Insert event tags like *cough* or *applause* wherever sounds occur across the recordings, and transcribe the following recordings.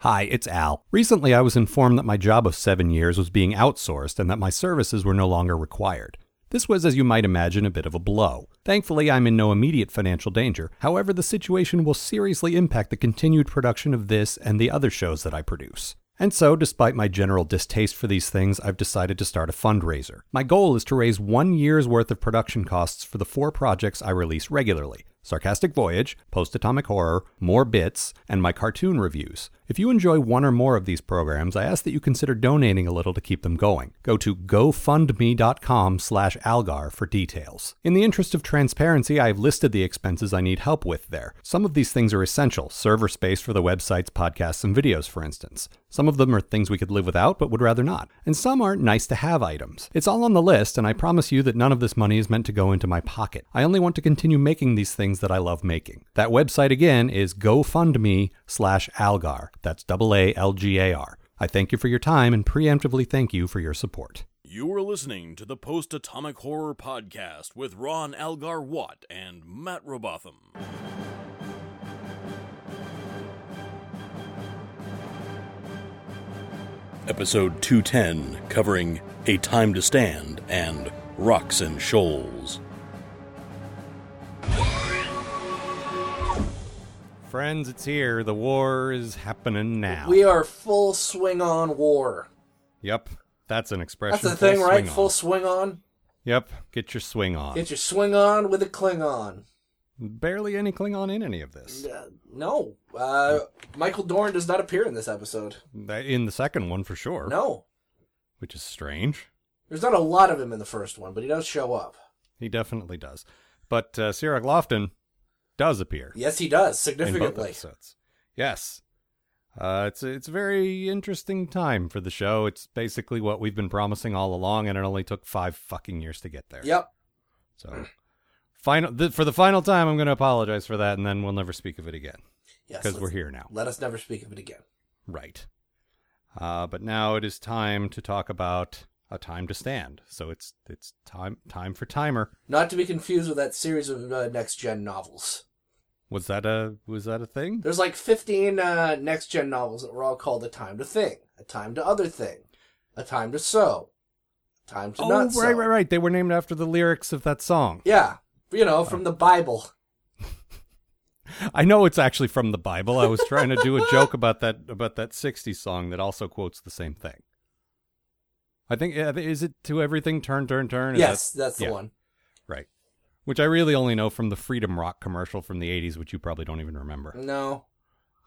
Hi, it's Al. Recently, I was informed that my job of seven years was being outsourced and that my services were no longer required. This was, as you might imagine, a bit of a blow. Thankfully, I'm in no immediate financial danger. However, the situation will seriously impact the continued production of this and the other shows that I produce. And so, despite my general distaste for these things, I've decided to start a fundraiser. My goal is to raise one year's worth of production costs for the four projects I release regularly Sarcastic Voyage, Post Atomic Horror, More Bits, and my cartoon reviews. If you enjoy one or more of these programs, I ask that you consider donating a little to keep them going. Go to gofundme.com slash algar for details. In the interest of transparency, I have listed the expenses I need help with there. Some of these things are essential server space for the websites, podcasts, and videos, for instance. Some of them are things we could live without but would rather not. And some are nice to have items. It's all on the list, and I promise you that none of this money is meant to go into my pocket. I only want to continue making these things that I love making. That website again is GoFundMe slash Algar. That's double A L G A R. I thank you for your time and preemptively thank you for your support. You are listening to the Post Atomic Horror Podcast with Ron Algar Watt and Matt Robotham. Episode 210, covering A Time to Stand and Rocks and Shoals. Friends, it's here. The war is happening now. We are full swing on war. Yep. That's an expression. That's the Full thing, right? swing on. Full swing on. Yep. Get your swing on. Get your swing on with a Klingon. Barely any Klingon in any of this. Uh, no, uh, Michael Dorn does not appear in this episode. That- In the second one, for sure. No, Which is strange. there's not a lot of him in the first one, but he does show up. He definitely does. But uh, Sierra Lofton does appear. Yes, he does in both significantly. episodes. Yes. Uh, it's a, it's a very interesting time for the show. It's basically what we've been promising all along, and it only took five fucking years to get there. Yep. So, final th- for the final time, I'm going to apologize for that, and then we'll never speak of it again Yes. because we're let's- here now. Let us never speak of it again. Right. Uh, but now it is time to talk about a time to stand. So it's it's time time for timer. Not to be confused with that series of uh, next gen novels. Was that a was that a thing? There's like 15 uh, next gen novels that were all called A Time to Thing, A Time to Other Thing, A Time to Sew, A Time to Oh, Not right, Sew. right, right. They were named after the lyrics of that song. Yeah, you know, from the Bible. I know it's actually from the Bible. I was trying to do a *laughs* joke about that about that 60s song that also quotes the same thing. I think yeah, is it to everything turn turn turn? Is Yes, that- that's the yeah, one. Right. Which I really only know from the Freedom Rock commercial from the 80s which you probably don't even remember. No,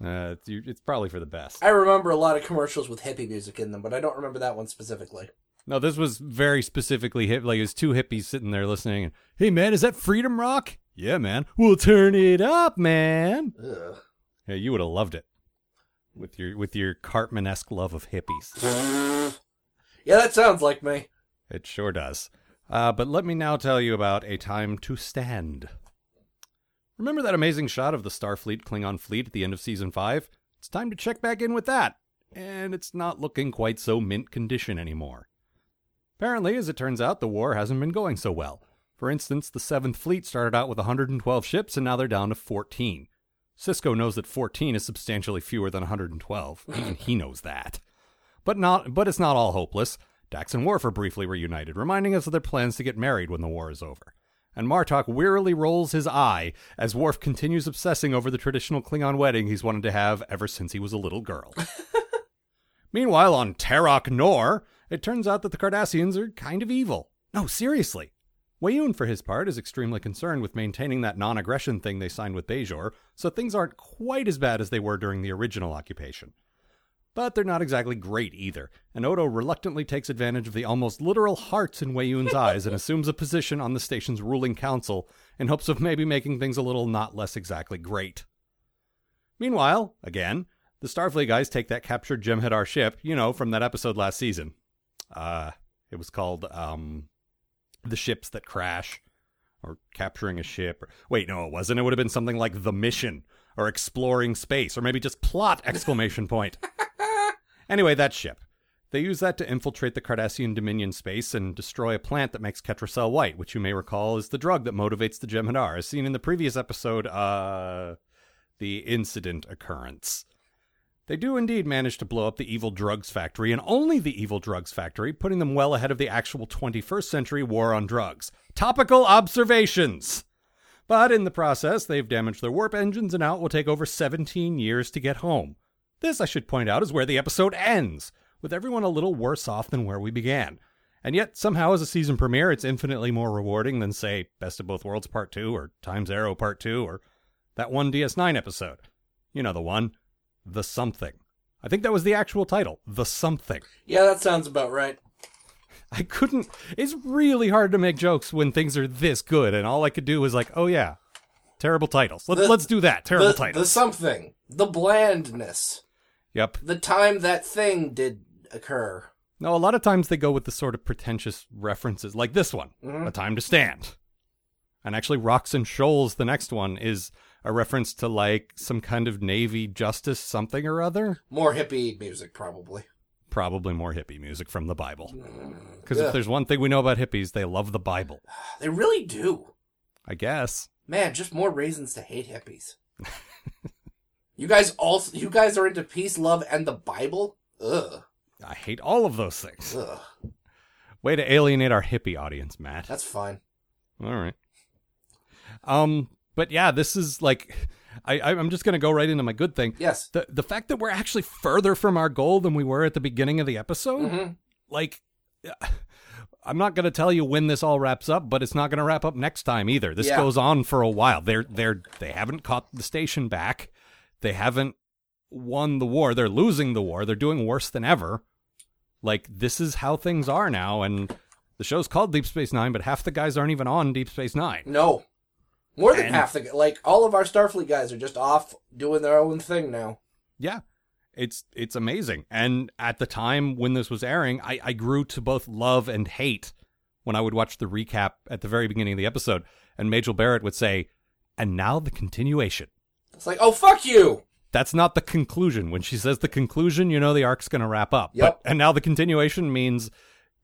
Uh, it's, you- it's probably for the best. I remember a lot of commercials with hippie music in them, but I don't remember that one specifically. No, this was very specifically hip like it was two hippies sitting there listening and, "Hey man, is that Freedom Rock?" "Yeah, man. We'll turn it up, man." Ugh. Yeah, you would have loved it. With your with your Cartman-esque love of hippies. Yeah, that sounds like me. It sure does. Uh, but let me now tell you about A Time to Stand. Remember that amazing shot of the Starfleet Klingon fleet at the end of season 5? It's time to check back in with that. And it's not looking quite so mint condition anymore. Apparently, as it turns out, the war hasn't been going so well. For instance, the 7th Fleet started out with 112 ships and now they're down to 14. Cisco knows that 14 is substantially fewer than 112. Even *clears throat* he knows that. But not but it's not all hopeless. Dax and Worf are briefly reunited, reminding us of their plans to get married when the war is over. And Martok wearily rolls his eye as Worf continues obsessing over the traditional Klingon wedding he's wanted to have ever since he was a little girl. Meanwhile, on Terok Nor, it turns out that the Cardassians are kind of evil. No, seriously. Wayun, for his part, is extremely concerned with maintaining that non aggression thing they signed with Bejor, so things aren't quite as bad as they were during the original occupation. But they're not exactly great either, and Odo reluctantly takes advantage of the almost literal hearts in Wayun's eyes and assumes a position on the station's ruling council in hopes of maybe making things a little not less exactly great. Meanwhile, again, the Starfleet guys take that captured Jem'Hadar ship, you know, from that episode last season. Uh, it was called um, The Ships That Crash, or Capturing a Ship. Or, wait, no, it wasn't. It would have been something like The Mission, or Exploring Space, or maybe just Plot! Exclamation point. Anyway, that ship. They use that to infiltrate the Cardassian Dominion space and destroy a plant that makes Ketracel white, which you may recall is the drug that motivates the Jem'Hadar, as seen in the previous episode, uh, the incident occurrence. They do indeed manage to blow up the evil drugs factory, and only the evil drugs factory, putting them well ahead of the actual 21st century war on drugs. Topical observations! But in the process, they've damaged their warp engines, and now it will take over 17 years to get home. This, I should point out, is where the episode ends, with everyone a little worse off than where we began. And yet, somehow, as a season premiere, it's infinitely more rewarding than, say, Best of Both Worlds Part 2, or Time's Arrow Part 2, or that one DS9 episode. You know the one. The Something. I think that was the actual title. The Something. Yeah, that sounds about right. I couldn't. It's really hard to make jokes when things are this good, and all I could do was like, oh yeah, terrible titles. Let, The- let's do that. Terrible the, the titles. something, the blandness, yep. the time that thing did occur. No, a lot of times they go with the sort of pretentious references, like this one, A Time to Stand. And actually, Rocks and Shoals, the next one, is a reference to like some kind of Navy justice something or other. More hippie music, probably. Probably more hippie music from the Bible. Because Yeah. if there's one thing we know about hippies, they love the Bible. They really do. I guess. Man, just more reasons to *laughs* hate hippies. you guys also, you guys are into peace, love, and the Bible. Ugh, I hate all of those things. ugh. Way to alienate our hippie audience, Matt. That's fine. All right. Um, but yeah, this is like, I I- I'm just gonna go right into my good thing. Yes. The the fact that we're actually further from our goal than we were at the beginning of the episode, Mhm. like, *sighs* I'm not gonna tell you when this all wraps up, but it's not gonna wrap up next time either. This Yeah. goes on for a while. They're they're they haven't caught the station back. They haven't won the war. They're losing the war. They're doing worse than ever. Like this is how things are now, and the show's called Deep Space Nine, but half the guys aren't even on Deep Space Nine. No. More than And- half the like all of our Starfleet guys are just off doing their own thing now. Yeah. It's it's amazing. And at the time when this was airing, I, I grew to both love and hate when I would watch the recap at the very beginning of the episode and Majel Barrett would say, And now the continuation. It's like, oh fuck you. That's not the conclusion. When she says the conclusion, you know the arc's gonna wrap up. Yep. But and now the continuation means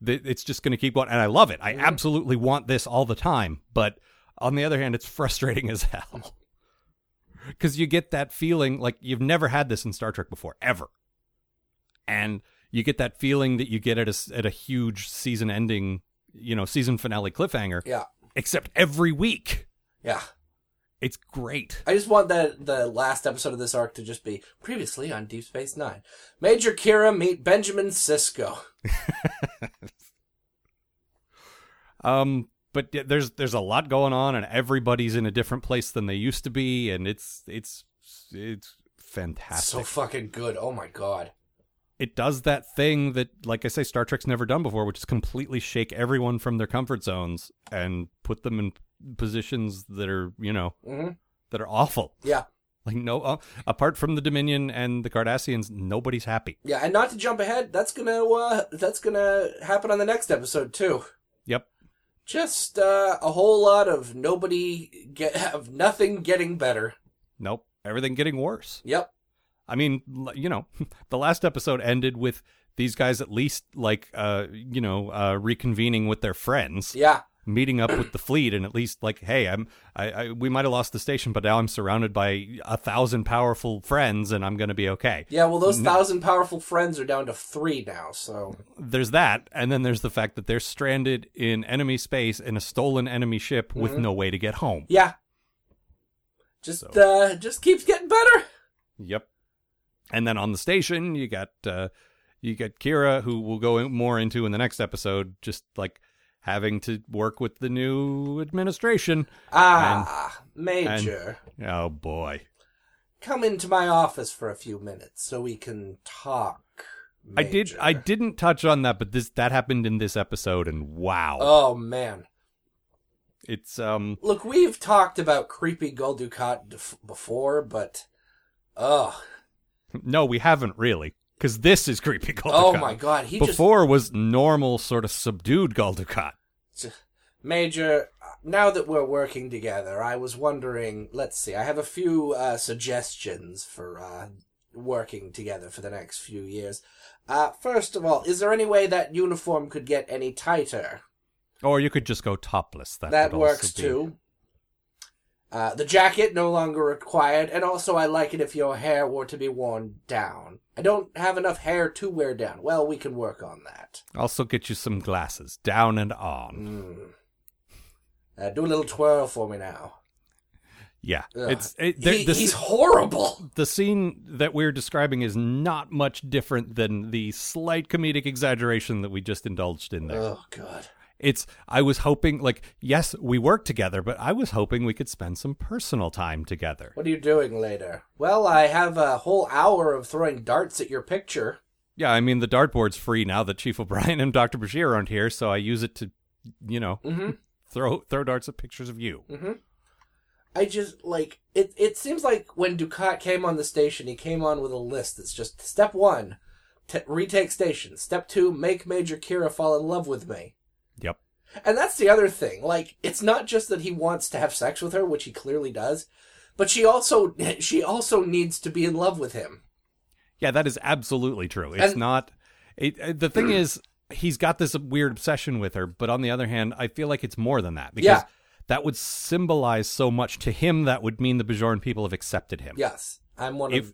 that it's just gonna keep going. And I love it. I absolutely want this all the time. But on the other hand, it's *laughs* frustrating as hell. *laughs* Because you get that feeling like you've never had this in Star Trek before, ever. And you get that feeling that you get at a, s- at a huge season ending, you know, season finale cliffhanger, Yeah, except every week. yeah. It's great. I just want that the last episode of this arc to just be previously on Deep Space Nine. Major Kira meet Benjamin Cisco. Um, but y- there's there's a lot going on, and everybody's in a different place than they used to be, and it's it's it's fantastic. So fucking good. Oh my god. it does that thing that, like I say, Star Trek's never done before, which is completely shake everyone from their comfort zones and put them in positions that are you know hmm that are awful. Yeah, Like no, uh, apart from the Dominion and the Cardassians, nobody's happy. yeah. And not to jump ahead, that's gonna uh, that's gonna happen on the next episode too. Yep. Just uh, a whole lot of nobody get *laughs* of nothing getting better. Nope. Everything getting worse. Yep. I mean, l- you know, *laughs* the last episode ended with these guys at least like uh you know uh reconvening with their friends Yeah. meeting up with the fleet and at least like hey i'm i, I we might have lost the station but now i'm surrounded by a thousand powerful friends and i'm gonna be okay Yeah. Well, Mm-hmm. those thousand powerful friends are down to three now. So there's that and then there's the fact that they're stranded in enemy space in a stolen enemy ship with Mm-hmm. no way to get home yeah. Just uh, just keeps getting better. Yep. And then on the station, you got uh, you got Kira, who we'll go in more into in the next episode, just like having to work with the new administration. Ah, Major. Oh boy, Come into my office for a few minutes so we can talk. I did I Major. didn't touch on that, but this that happened in this episode, and wow, Oh man. it's um Look, we've talked about creepy Gul Dukat def- before, but ugh. no, we haven't really because this is creepy. Gul oh Dukat. my god, he Before was normal, sort of subdued Gul Dukat. just Major, now that we're working together, I was wondering, let's see, I have a few uh, suggestions for uh, working together for the next few years. Uh, first of all, is there any way that uniform could get any tighter? Or you could just go topless. That, that would works also be- too. Uh, the jacket no longer required, and also I like it if your hair were to be worn down. I don't have enough hair to wear down. Well, we can work on that. Also, get you some glasses, down and on. Mm. Uh, do a little twirl for me now. Yeah, Ugh. it's it, there- He- the, he's s- horrible. the scene that we're describing is not much different than the slight comedic exaggeration that we just indulged in there. Oh, God. It's I was hoping, like, yes, we work together, but I was hoping we could spend some personal time together. What are you doing later? Well, I have a whole hour of throwing darts at your picture. Yeah, I mean the dartboard's free now that Chief O'Brien and Doctor Bashir aren't here, so I use it to, you know, Mhm. throw throw darts at pictures of you. I just like it. It seems like when Ducat came on the station, he came on with a list that's just step one, t- retake station. Step two, make Major Kira fall in love with me. Yep. And that's the other thing. Like, it's not just that he wants to have sex with her, which he clearly does, but she also *laughs* she also needs to be in love with him. Yeah, that is absolutely true. It's And- not. It, uh, the thing is, he's got this weird obsession with her, but on the other hand, I feel like it's more than that because Yeah. that would symbolize so much to him. That would mean the Bajoran people have accepted him. Yes, I'm one If- of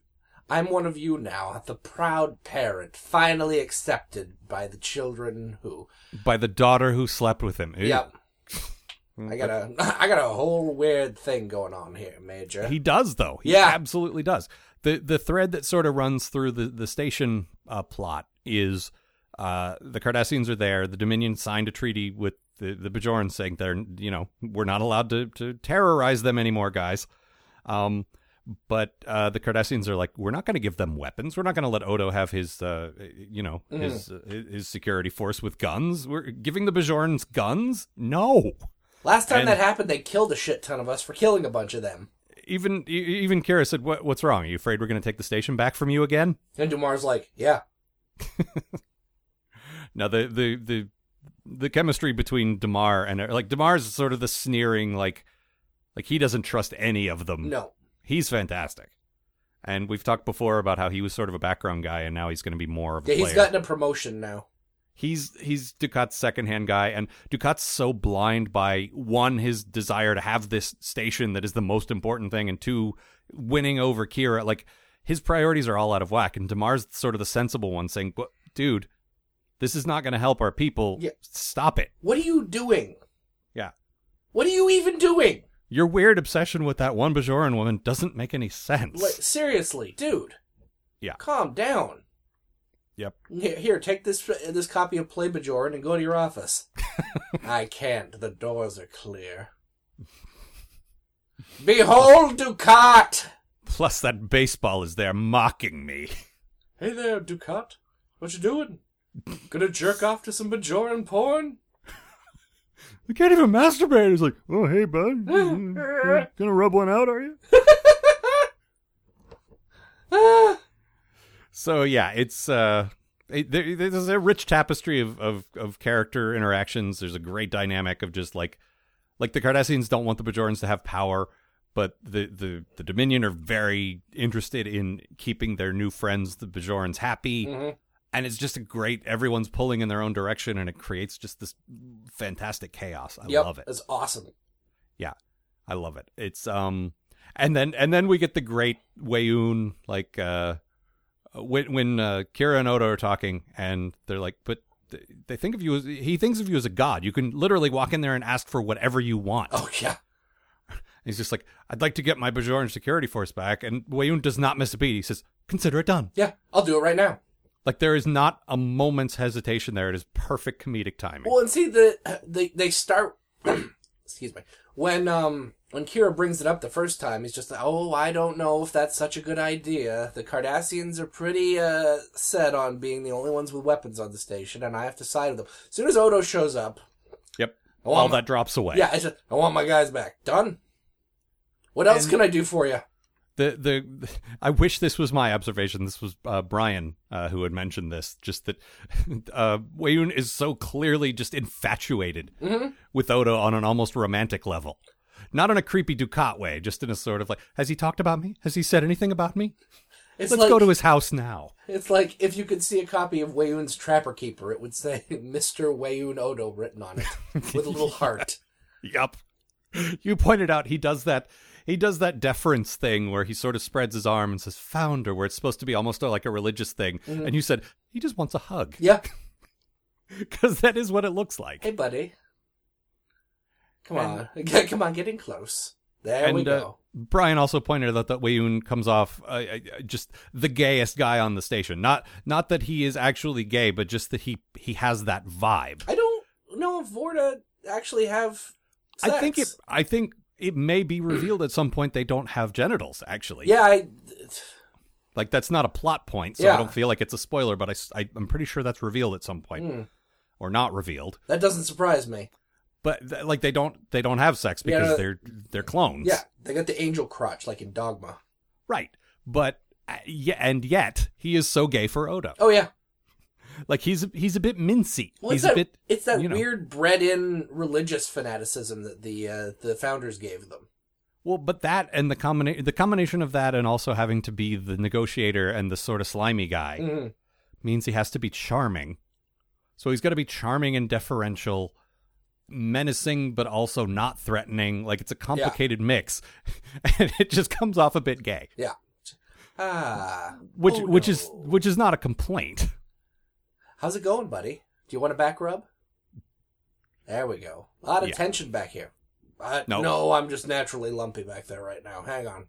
I'm one of you now, the proud parent, finally accepted by the children who. By the daughter who slept with him. Ew. Yep. I got a *laughs* I got a whole weird thing going on here, Major. He does though. He Yeah. absolutely does. The the thread that sort of runs through the the station uh, plot is uh, the Cardassians are there. The Dominion signed a treaty with the the Bajorans saying they're you know we're not allowed to to terrorize them anymore, guys. Um, but uh, the Cardassians are like, we're not going to give them weapons. We're not going to let Odo have his, uh, you know, his uh, his security force with guns. We're giving the Bajorans guns. No, Last time and- that happened, they killed a shit ton of us for killing a bunch of them. even e- even Kira said, "What what's wrong? Are you afraid we're going to take the station back from you again?" And Dumar's like, yeah, No, the the the the chemistry between Demar and like Demar's sort of the sneering, like like he doesn't trust any of them. no. he's fantastic. And we've talked before about how he was sort of a background guy, and now he's going to be more of a Yeah, player. he's gotten a promotion now. he's he's Ducat's secondhand guy, and Ducat's so blind by one his desire to have this station that is the most important thing, and two winning over Kira. Like his priorities are all out of whack, and Demar's sort of the sensible one, saying, "But dude, this is not going to help our people. Yeah. Stop it." What are you doing? Yeah. What are you even doing? Your weird obsession with that one Bajoran woman doesn't make any sense. Like, seriously, dude. Yeah. Calm down. Yep. Here, here, take this this copy of Play Bajoran and go to *laughs* your office. I can't. The doors are clear. Behold, Ducat! Plus, that baseball is there mocking me. Hey there, Ducat. What you doing? Gonna jerk off to some Bajoran porn? I can't even masturbate. He's like, oh, hey, bud. Gonna rub one out, are you? Ah, So, yeah, it's. uh it, there, there's a rich tapestry of, of, of character interactions. There's a great dynamic of just like, like the Cardassians don't want the Bajorans to have power, but the, the, the Dominion are very interested in keeping their new friends, the Bajorans, happy. mhm. and it's just a great everyone's pulling in their own direction and it creates just this fantastic chaos i Yep, love it That's awesome. i love it it's um and then and then we get the great wayoon like uh when when uh, kira and oda are talking and they're like but th- they think of you as he thinks of you as a god you can literally walk in there and ask for whatever you want Oh, yeah. he's just like i'd like to get my bajoran security force back and wayoon does not miss a beat he says consider it done Yeah, I'll do it right now. like there is not a moment's hesitation there it is perfect comedic timing Well, and see the they they start. *clears throat* excuse me. When um when Kira brings it up the first time, he's just like, "Oh, I don't know if that's such a good idea. The Cardassians are pretty uh set on being the only ones with weapons on the station, and I have to side with them." As soon as Odo shows up, Yep. I want all my- that drops away. Yeah, I just I want my guys back. Done. What else And- can I do for you? The the *laughs* I wish this was my observation. This was uh, Brian uh, who had mentioned this. Just that *laughs* uh, Wayoon is so clearly just infatuated Mm-hmm. with Odo on an almost romantic level, not in a creepy Ducat way, just in a sort of like, has he talked about me? Has he said anything about me? It's Let's like go to his house now. it's like if you could see a copy of Wayoon's Trapper Keeper, *laughs* *laughs* it would say Mister Wayoon Odo written on it with a little heart. Yup. you pointed out he does that he does that deference thing where he sort of spreads his arm and says founder where it's supposed to be almost like a religious thing Mm-hmm. and you said he just wants a hug *laughs* Yeah. because that is what it looks like Hey, buddy. Come on. *laughs* Come on, getting close. There we and uh, go. Brian also pointed out that Wayoon comes off uh, uh, just the gayest guy on the station. Not not that he is actually gay, but just that he he has that vibe. I don't know if Vorta actually have sex. I think it I think it may be revealed at some point they don't have genitals actually. Yeah, I. Like that's not a plot point, so I Yeah. don't feel like it's a spoiler, but I s- I am pretty sure that's revealed at some point hmm, or not revealed. that doesn't surprise me. But th- like they don't they don't have sex Yeah, because no. they're they're clones. Yeah, they got the angel crotch like in Dogma. Right. But uh, yeah, and yet he is so gay for Oda. Oh yeah, Like he's he's a bit mincy. well, he's it's that, a bit it's that you know. weird bred-in religious fanaticism that the uh, the founders gave them. Well, but that and the combination the combination of that and also having to be the negotiator and the sort of slimy guy Mhm. means he has to be charming. So he's got to be charming and deferential, menacing but also not threatening. Like it's a complicated mix, *laughs* and it just comes off a bit gay, Yeah. Ah, which oh which is no. which is not a complaint. how's it going, buddy? Do you want a back rub? There we go. A lot of Yeah. tension back here. Uh, No. no, I'm just naturally lumpy back there right now. Hang on.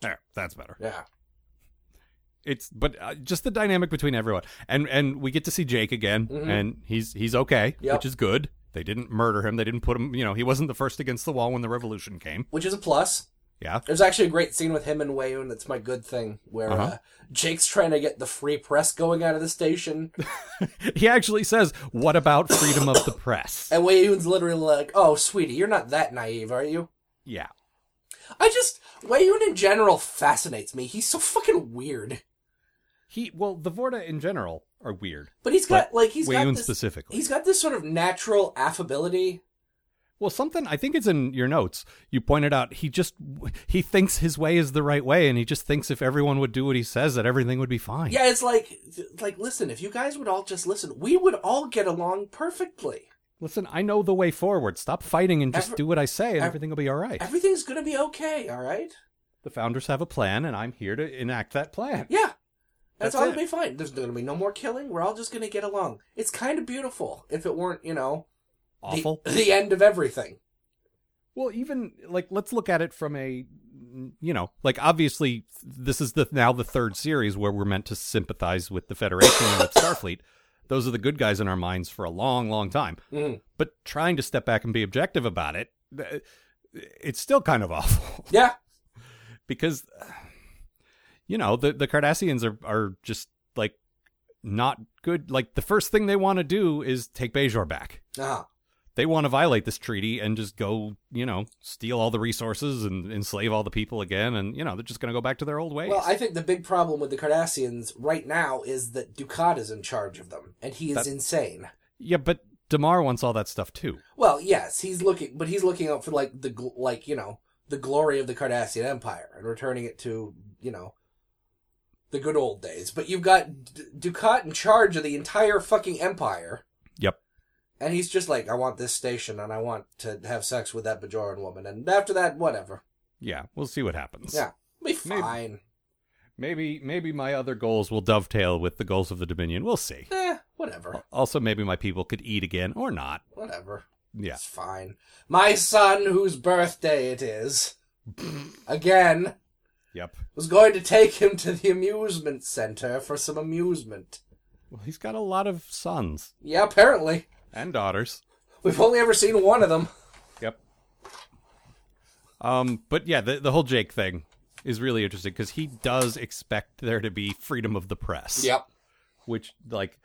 There, that's better. Yeah. It's but uh, just the dynamic between everyone, and and we get to see Jake again, Mhm. and he's he's okay, Yep. which is good. They didn't murder him. They didn't put him. You know, he wasn't the first against the wall when the revolution came. Which is a plus. Yeah. *laughs* There's actually a great scene with him and Wayoon that's my good thing, where uh Uh-huh. Jake's trying to get the free press going out of the station, He actually says, What about freedom of the press? *laughs* and Wayoon's literally like, oh, sweetie, you're not that naive, are you? Yeah. I just, Wayoon in general fascinates me. He's so fucking weird. He, well, the Vorta in general are weird. But he's got, But like, he's got Wayoon this, specifically. he's got this sort of natural affability. Well, something, I think it's in your notes. You pointed out he just, he thinks his way is the right way, and he just thinks if everyone would do what he says, that everything would be fine. Yeah, it's like, like, listen, if you guys would all just listen, we would all get along perfectly. Listen, I know the way forward. Stop fighting and just Every- do what I say, and ev- everything will be all right. Everything's gonna be okay, alright? the founders have a plan, and I'm here to enact that plan. Yeah. That's That's, all it. gonna be fine. There's gonna be no more killing. We're all just gonna get along. It's kind of beautiful if it weren't, you know, the- Awful. The, end of everything. Well, even like let's look at it from a you know, like obviously this is the now the third series where we're meant to sympathize with the Federation and with Starfleet. Those are the good guys in our minds for a long, long time. Mhm. But trying to step back and be objective about it, th- it's still kind of *laughs* awful Yeah. because you know, the the Cardassians are are just like not good. Like the first thing they want to do is take Bejor back Uh-huh. they want to violate this treaty and just go, you know, steal all the resources and enslave all the people again. And, you know, they're just going to go back to their old ways. Well, I think the big problem with the Cardassians right now is that Ducat is in charge of them, and he is That- insane. yeah, but Damar wants all that stuff too. Well, yes, he's looking, but he's looking out for like the gl- like you know the glory of the Cardassian Empire and returning it to you know the good old days. But you've got D- Ducat in charge of the entire fucking empire, Yep. and he's just like, I want this station, and I want to have sex with that Bajoran woman, and after that, whatever. Yeah, we'll see what happens. Yeah, be Maybe. fine. Maybe maybe my other goals will dovetail with the goals of the Dominion. We'll see. Eh, whatever, Also, maybe my people could eat again or not. whatever. Yeah. It's fine. My son, whose birthday it is, again. Yep. was going to take him to the amusement center for some amusement. Well, he's got a lot of sons Yeah, apparently. and daughters. We've only ever seen one of them. Yep. Um, but yeah, the the whole Jake thing is really interesting because he does expect there to be freedom of the press. Yep. which like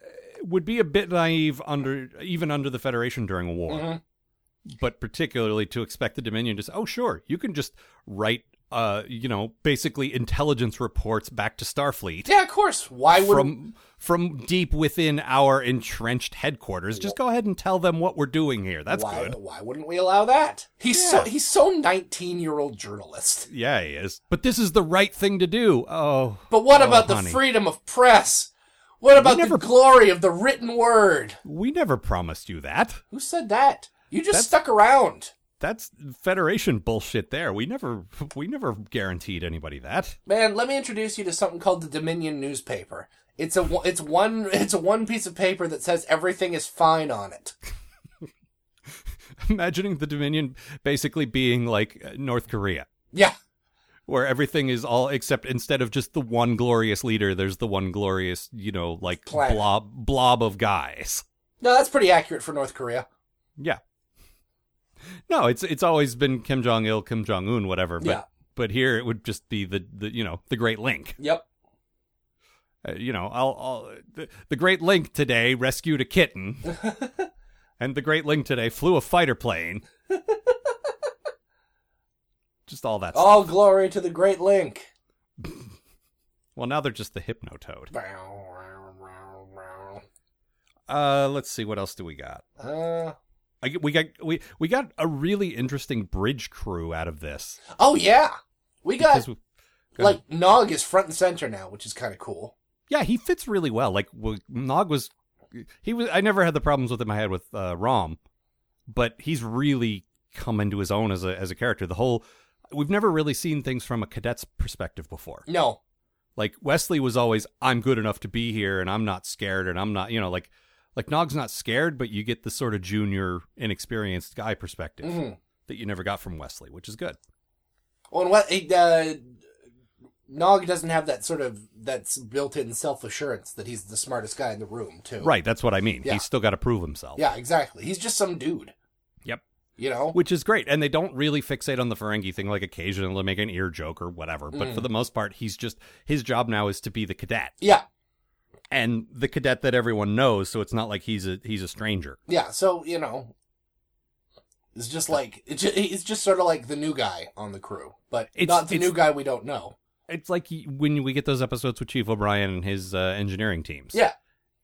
eh, would be a bit naive under even under the Federation during a war, Mm-hmm. but particularly to expect the Dominion to say, "Oh, sure, you can just write, uh, you know, basically intelligence reports back to Starfleet Yeah, of course. Why would from from deep within our entrenched headquarters. Just go ahead and tell them what we're doing here. That's why good." why wouldn't we allow that? He's so Yeah. he's so 19-year-old journalist. Yeah, he is. But this is the right thing to do. Oh, But what Oh, about honey. the freedom of press? What about never- the glory of the written word? we never promised you that. Who said that? You just That's- stuck around. that's Federation bullshit. There, we never we never guaranteed anybody that. *laughs* Man, let me introduce you to something called the Dominion newspaper. It's a one- it's one *laughs* it's a one piece of paper that says everything is fine on it. Imagining the Dominion basically being like uh, North Korea, Yeah, where everything is all except instead of just the one glorious leader, there's the one glorious you know like Planet. blob blob of guys. no, that's pretty accurate for North Korea. Yeah. No, it's it's always been Kim Jong Il, Kim Jong Un, whatever. But Yeah. but here it would just be the, the you know the Great Link. Yep. Uh, you know, I'll, I'll the, the Great Link today rescued a *laughs* kitten, and the Great Link today flew a fighter *laughs* plane. just all that. stuff. All glory to the Great Link. Well, now they're just the Hypnotoad. Uh, Uh, let's see what else do we got. I, we got we we got a really interesting bridge crew out of this. oh yeah, we got Because we- go ahead. like Nog is front and center now, which is kind of cool. Yeah, he fits really well. Like w- Nog was, he was. I never had the problems with him I had with uh, Rom, but he's really come into his own as a as a character. The whole we've never really seen things from a cadet's perspective before. No, Like Wesley was always, I'm good enough to be here, and I'm not scared, and I'm not, you know, like like Nog's not scared, but you get the sort of junior, inexperienced guy perspective Mhm. that you never got from Wesley, which is good. Well, and what he, uh, Nog doesn't have that sort of that's built-in self-assurance that he's the smartest guy in the room too. Right, that's what I mean. Yeah. He's still got to prove himself. Yeah, exactly. He's just some dude. Yep. You know. which is great. And they don't really fixate on the Ferengi thing. Like occasionally they'll make an ear joke or whatever, but for the most part, he's just his job now is to be the cadet yeah. and the cadet that everyone knows. So it's not like he's a he's a stranger. Yeah. So you know, it's just like it's just, he's just sort of like the new guy on the crew, but It's- not the it's- new guy we don't know. It's like he, when we get those episodes with Chief O'Brien and his uh, engineering teams. Yeah.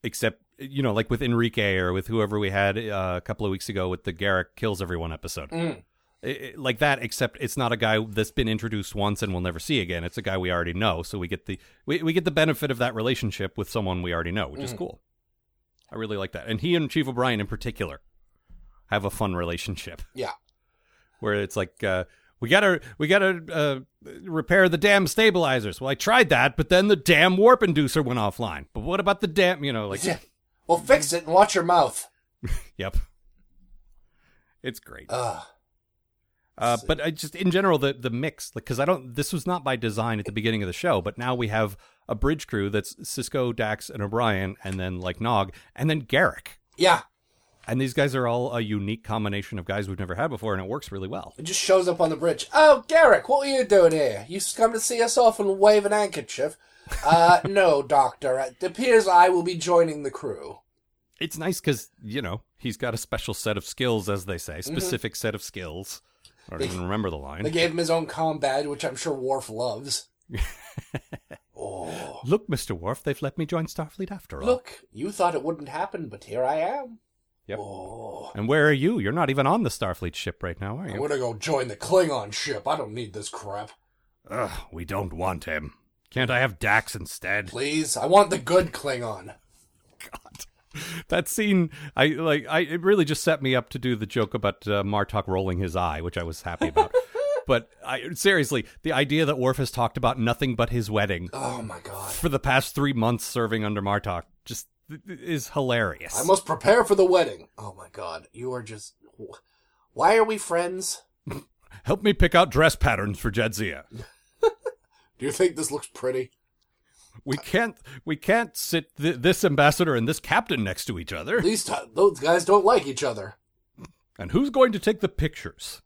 Except you know, like with Enrique or with whoever we had uh, a couple of weeks ago with the Garrick kills everyone episode. Mm. I- I- like that, except it's not a guy that's been introduced once and we'll never see again. It's a guy we already know, so we get the we, we get the benefit of that relationship with someone we already know, which is cool. I really like that, and he and Chief O'Brien in particular have a fun relationship *laughs* Yeah. where it's like uh, we gotta we gotta uh, repair the damn stabilizers. Well, I tried that, but then the damn warp inducer went offline. But what about the damn? You know, like Yeah. *laughs* Well, fix it and watch your mouth. yep, it's great. Ugh. Uh, So- but I just in general the the mix like because I don't this was not by design at the beginning of the show, but now we have a bridge crew that's Cisco, Dax, and O'Brien, and then like Nog, and then Garrick, Yeah. and these guys are all a unique combination of guys we've never had before, and it works really well. It just shows up on the bridge. Oh, Garrick, what were you doing here? You come to see us off and wave an handkerchief? Uh, *laughs* no, Doctor. It appears I will be joining the crew. It's nice because you know he's got a special set of skills, as they say, specific set of skills. I don't even remember the line. They gave him his own comm badge, which I'm sure Worf loves. oh, Look, Mister Worf, they've let me join Starfleet after all. look, you thought it wouldn't happen, but here I am. Yep. Oh, And where are you? You're not even on the Starfleet ship right now, are I'm you? gonna go join the Klingon ship. I don't need this crap. Ugh, we don't want him. Can't I have Dax instead? Please, I want the good Klingon. God. That scene, I like. I it really just set me up to do the joke about uh, Martok rolling his eye, which I was happy *laughs* about. but I seriously, the idea that Worf has talked about nothing but his wedding Oh my god. for the past three months serving under Martok just is hilarious. I must prepare for the wedding. Oh my god, you are just. Why are we friends? Help me pick out dress patterns for Jedzia. Do you think this looks pretty? We can't, we can't sit th- this ambassador and this captain next to each other. At least uh, those guys don't like each other. And who's going to take the pictures?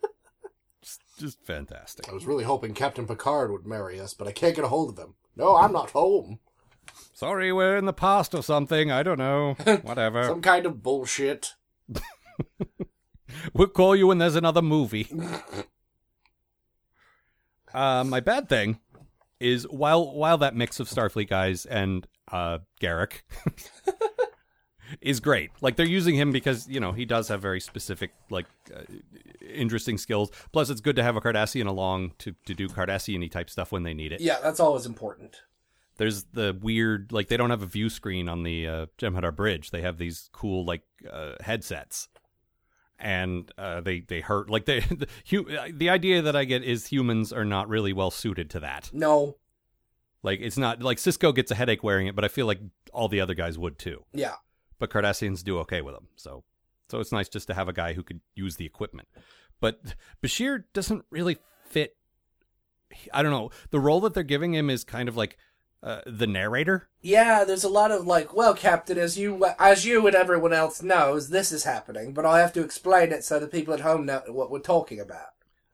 *laughs* just, just fantastic. I was really hoping Captain Picard would marry us, but I can't get a hold of him. No, I'm not home. Sorry, we're in the past or something. I don't *laughs* know. Whatever. Some kind of bullshit. We'll call you when there's another movie. uh, my bad thing is while while that mix of Starfleet guys and uh, Garrick *laughs* is great, like they're using him because you know he does have very specific, like uh, interesting skills. Plus, it's good to have a Cardassian along to to do Cardassian type stuff when they need it. Yeah, that's always important. There's the weird, like they don't have a view screen on the uh, Jem'Hadar bridge. They have these cool like uh, headsets. and uh, they they hurt. Like they *laughs* the, hu- uh, the idea that I get is humans are not really well suited to that. No. Like it's not like Cisco gets a headache wearing it, but I feel like all the other guys would too. Yeah. But Cardassians do okay with them, so so it's nice just to have a guy who could use the equipment. But Bashir doesn't really fit. I don't know. The role that they're giving him is kind of like uh, the narrator. Yeah, there's a lot of like, well, Captain, as you as you and everyone else knows, this is happening, but I have to explain it so the people at home know what we're talking about.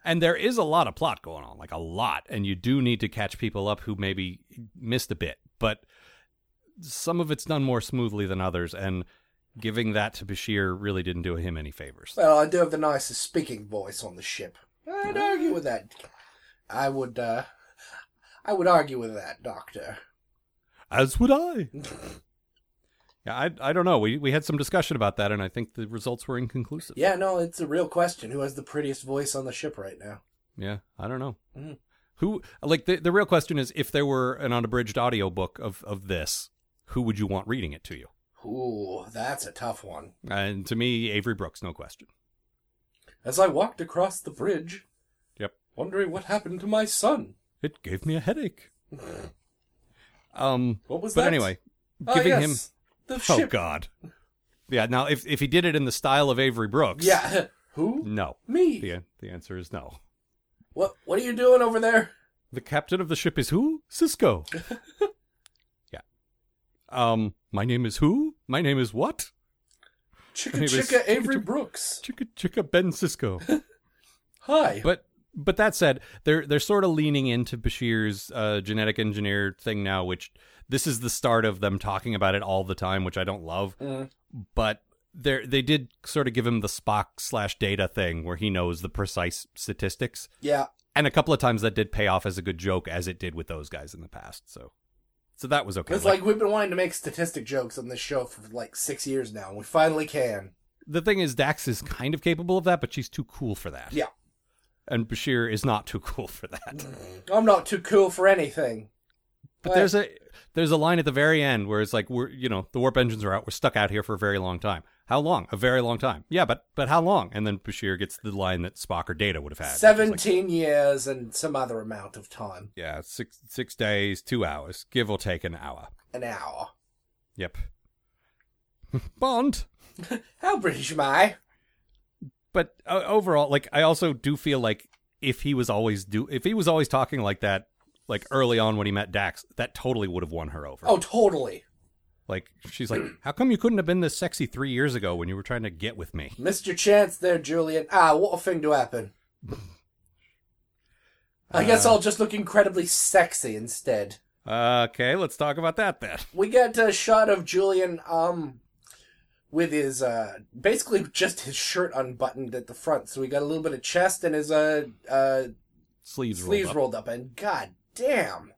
And there is a lot of plot going on, like a lot, and you do need to catch people up who maybe missed a bit, but some of it's done more smoothly than others, and giving that to Bashir really didn't do him any favors. Well, I do have the nicest speaking voice on the ship. I'd argue with that. I would. uh I would argue with that, Doctor. As would I. *laughs* yeah, I I don't know. We we had some discussion about that, and I think the results were inconclusive. Yeah, no, it's a real question. Who has the prettiest voice on the ship right now? Yeah, I don't know. Mhm. Who like the the real question is if there were an unabridged audiobook of of this, who would you want reading it to you? Ooh, that's a tough one. And to me, Avery Brooks, no question. As I walked across the bridge, Yep. wondering what happened to my son. It gave me a headache. um What was but that? anyway, Ah, giving yes, him the Oh ship. god. Yeah, now if if he did it in the style of Avery Brooks, Yeah, *laughs* who? No. Me. The the answer is no. What What are you doing over there? The captain of the ship is who? Cisco. *laughs* yeah. Um, my name is who? My name is what? Chicka Anyways, *laughs* chicka Avery chicka- Brooks. Chicka chicka Ben Cisco. Hi. but but that said, they're they're sort of leaning into Bashir's uh, genetic engineer thing now, which this is the start of them talking about it all the time, which I don't love. Mm. But they they did sort of give him the Spock slash data thing where he knows the precise statistics. yeah, And a couple of times that did pay off as a good joke, as it did with those guys in the past. So, so that was okay. it's like we've been wanting to make statistic jokes on this show for like six years now, and we finally can. the thing is Dax is kind of capable of that, but she's too cool for that. Yeah. And Bashir is not too cool for that. I'm not too cool for anything. But there's a there's a line at the very end where it's like we're you know, the warp engines are out, we're stuck out here for a very long time. How long? A very long time. Yeah, but but how long? And then Bashir gets the line that Spock or Data would have had. which is like, Seventeen years and some other amount of time, yeah, six six days, two hours, give or take an hour. an hour. Yep. *laughs* Bond. How British am I? but uh, overall like i also do feel like if he was always do if he was always talking like that like early on when he met dax that totally would have won her over Oh, totally. like she's like *clears throat* how come you couldn't have been this sexy three years ago when you were trying to get with me Missed your chance there, Julian. Ah, what a thing to happen. I guess Uh, I'll just look incredibly sexy instead. okay let's talk about that then We get a shot of Julian, um, with his, uh, basically just his shirt unbuttoned at the front, so we got a little bit of chest and his, uh, uh, sleeves, sleeves rolled, up. rolled up, and god damn.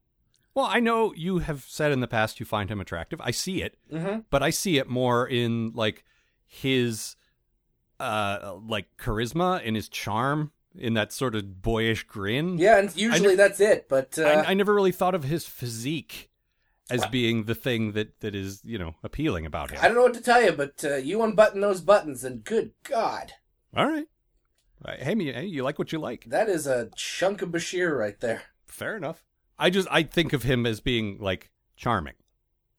well i know you have said in the past you find him attractive i see it Mm-hmm. but i see it more in like his uh like charisma and his charm in that sort of boyish grin Yeah, and usually that's it, but, uh, I, I never really thought of his physique as being the thing that, that is, you know, appealing about him. I don't know what to tell you, but, uh, you unbutton those buttons, and good god. All right. All right. Hey, me- hey, you like what you like. That is a chunk of Bashir right there. Fair enough. I just I think of him as being like charming.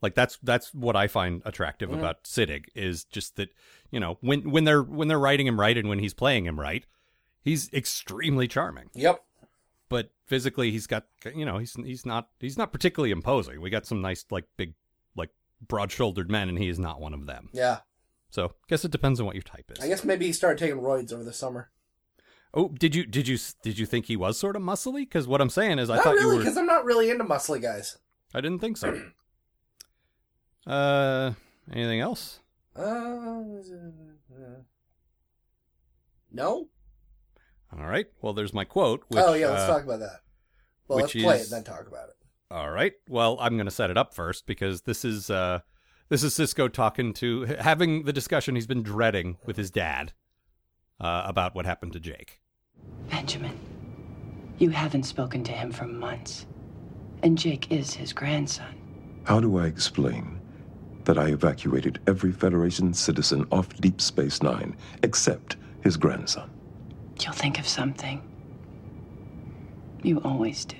Like that's that's what I find attractive Mhm. about Siddig is just that, you know, when when they're when they're writing him right and when he's playing him right, he's extremely charming. Yep. But physically he's got you know, he's he's not he's not particularly imposing. We got some nice like big like broad-shouldered men and he is not one of them. Yeah. So, guess it depends on what your type is. I guess maybe he started taking roids over the summer. Oh, did you did you did you think he was sort of muscly? Because what I'm saying is, I not thought really, you were. because I'm not really into muscly guys. I didn't think *clears throat* so. uh, anything else? Uh, no? All right. Well, there's my quote. Which, oh, yeah, let's uh, talk about that. Well, let's which play it is- and then talk about it. All right. Well, I'm going to set it up first because this is uh, this is Cisco talking to having the discussion he's been dreading with his dad uh, about what happened to Jake. Benjamin, you haven't spoken to him for months. And Jake is his grandson. How do I explain that I evacuated every Federation citizen off Deep Space Nine except his grandson. You'll think of something. You always do.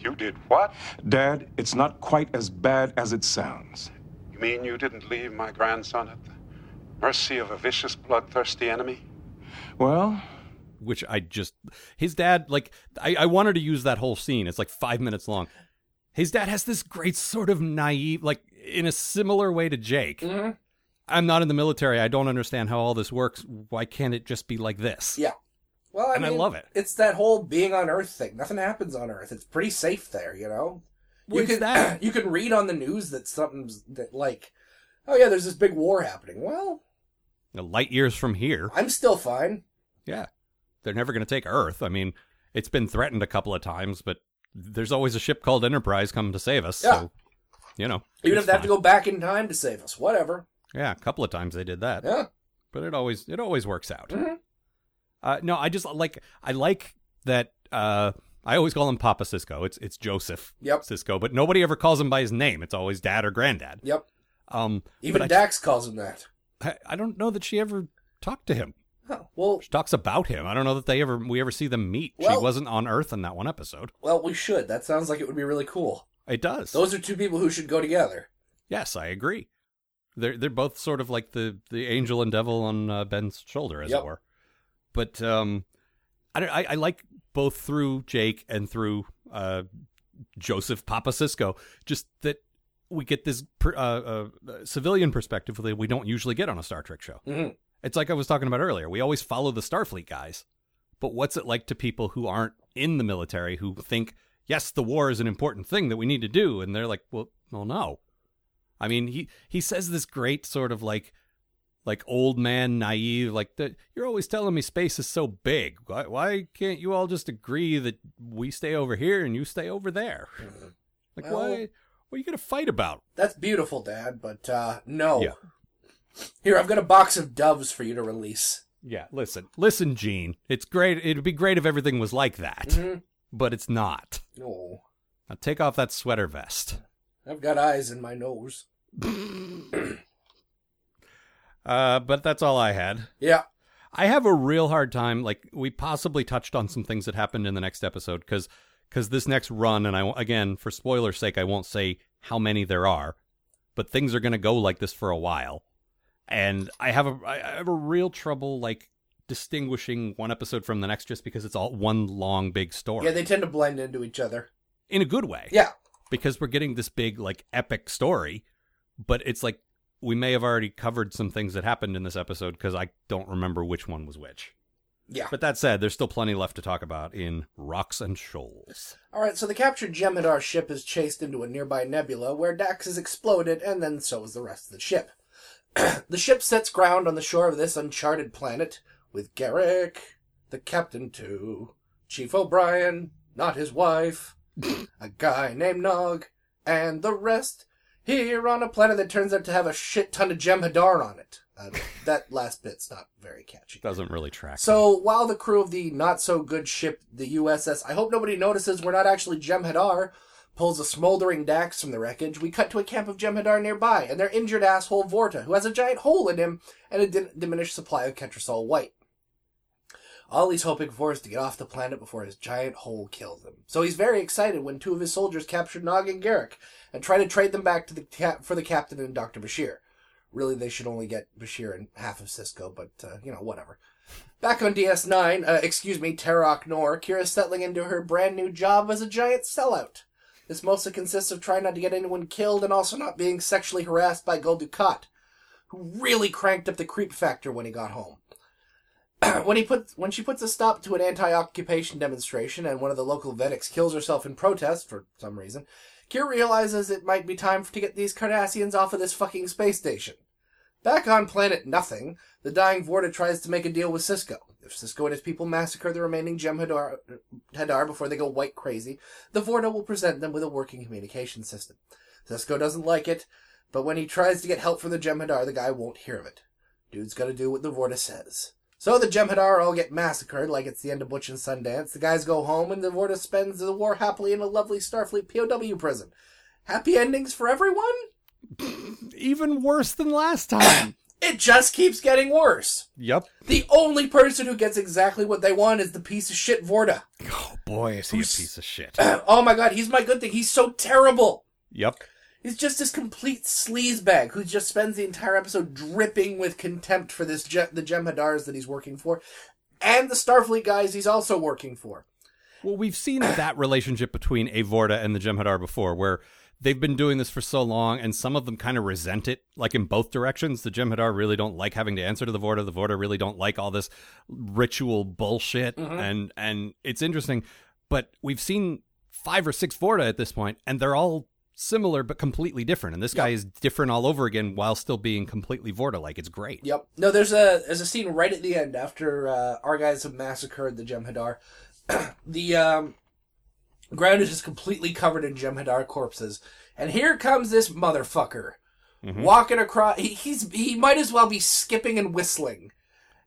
You did what? Dad, it's not quite as bad as it sounds. You mean you didn't leave my grandson at the mercy of a vicious, bloodthirsty enemy? Well, which I just his dad like I, I wanted to use that whole scene. It's like five minutes long. His dad has this great sort of naive, like in a similar way to Jake. Mm-hmm. I'm not in the military. I don't understand how all this works. Why can't it just be like this? Yeah. Well, I And I mean, love it. It's that whole being on Earth thing. Nothing happens on Earth. It's pretty safe there, you know. Well, you it's can that. *clears throat* you can read on the news that something's that like, oh yeah, there's this big war happening. Well, You know, light years from here. I'm still fine. Yeah. They're never going to take Earth. I mean, it's been threatened a couple of times, but there's always a ship called Enterprise coming to save us. Yeah. So, you know. Even it's if they have to fine. go back in time to save us, whatever. Yeah, a couple of times they did that. Yeah. but it always it always works out. Mhm. Uh, no, I just like I like that. Uh, I always call him Papa Cisco. It's it's Joseph Yep. Cisco, but nobody ever calls him by his name. It's always Dad or Granddad. Yep. Um, Even but I- Dax calls him that. I, I don't know that she ever talked to him. Huh. Oh, Well, She talks about him. I don't know that they ever we ever see them meet. she Well- wasn't on Earth in that one episode. well, we should. That sounds like it would be really cool. It does. Those are two people who should go together. yes, I agree. They're they're both sort of like the the angel and devil on uh, Ben's shoulder, as Yep. it were. But um, I don't. I, I like both through Jake and through uh, Joseph Papa Cisco. Just that we get this per, uh, uh, civilian perspective that we don't usually get on a Star Trek show. Mhm. It's like I was talking about earlier. We always follow the Starfleet guys, but what's it like to people who aren't in the military who think, yes, the war is an important thing that we need to do, and they're like, well, well, no. I mean, he he says this great sort of like like old man naive like the, you're always telling me space is so big why, why can't you all just agree that we stay over here and you stay over there like Well- why what are you gonna fight about That's beautiful, Dad, but uh, no. Yeah. Here, I've got a box of doves for you to release. yeah listen listen gene it's great it'd be great if everything was like that Mhm. but it's not No. now take off that sweater vest I've got eyes in my nose. uh, but that's all i had Yeah. I have a real hard time. Like we possibly touched on some things that happened in the next episode because this next run, and I won't- again for spoiler's sake, I won't say how many there are, but things are going to go like this for a while, and I have a I I have a real trouble like distinguishing one episode from the next just because it's all one long big story Yeah, they tend to blend into each other. in a good way Yeah. because we're getting this big like epic story but it's like we may have already covered some things that happened in this episode because i don't remember which one was which Yeah. but that said, there's still plenty left to talk about in Rocks and Shoals. All right, so the captured Jem'Hadar ship is chased into a nearby nebula where Dax is exploded, and then so is the rest of the ship. *clears throat* the ship sets ground on the shore of this uncharted planet with Garrick, the captain, too, Chief O'Brien, not his wife, a guy named Nog, and the rest here on a planet that turns out to have a shit ton of Jem'Hadar on it. Uh, that last bit's not very catchy. Doesn't really track. So while the crew of the not so good ship, the USS, I hope nobody notices we're not actually Jem'Hadar, pulls a smoldering Dax from the wreckage. We cut to a camp of Jem'Hadar nearby, and their injured asshole Vorta, who has a giant hole in him and a din- diminished supply of Ketrasol White. All he's hoping for is to get off the planet before his giant hole kills him. So he's very excited when two of his soldiers capture Nog and Garrick and try to trade them back to the cap- for the captain and Dr. Bashir. Really, they should only get Bashir and half of Cisco, but, uh, you know, whatever. Back on DS9, uh, excuse me, Terok Nor, Kira's settling into her brand new job as a giant sellout. This mostly consists of trying not to get anyone killed and also not being sexually harassed by Gul Dukat, who really cranked up the creep factor when he got home. *clears throat* when he put when she puts a stop to an anti-occupation demonstration and one of the local Vedics kills herself in protest for some reason, Kira realizes it might be time to get these Cardassians off of this fucking space station. Back on planet Nothing, the dying Vorta tries to make a deal with Cisco. If Cisco and his people massacre the remaining Jem'Hadar Hadar before they go white crazy, the Vorta will present them with a working communication system. Cisco doesn't like it, but when he tries to get help from the Jem'Hadar, the guy won't hear of it. Dude's gotta do what the Vorta says. So the Jem'Hadar all get massacred like it's the end of Butch and Sundance. The guys go home, and the Vorta spends the war happily in a lovely Starfleet POW prison. Happy endings for everyone? *coughs* even worse than last time. It just keeps getting worse. Yep. The only person who gets exactly what they want is the piece of shit Vorta. *clears throat* Oh boy, is he a piece of *coughs* shit. oh my god, he's my good thing. He's so terrible. yep. He's just this complete sleazebag who just spends the entire episode dripping with contempt for this Je- the Jem'Hadars that he's working for, and the Starfleet guys he's also working for. Well, we've seen *coughs* that relationship between Avorta and the Jem'Hadar before, where they've been doing this for so long, and some of them kind of resent it, like in both directions. The Jem'Hadar really don't like having to answer to the Vorta. The Vorta really don't like all this ritual bullshit, and and it's interesting. But we've seen five or six Vorta at this point, and they're all similar but completely different. And this guy is different all over again while still being completely Vorta. Like it's great. Yep. No, there's a there's a scene right at the end after uh, our guys have massacred the Jem'Hadar. *clears throat* the um, ground is just completely covered in Jem'Hadar corpses, and here comes this motherfucker walking across. He, he's he might as well be skipping and whistling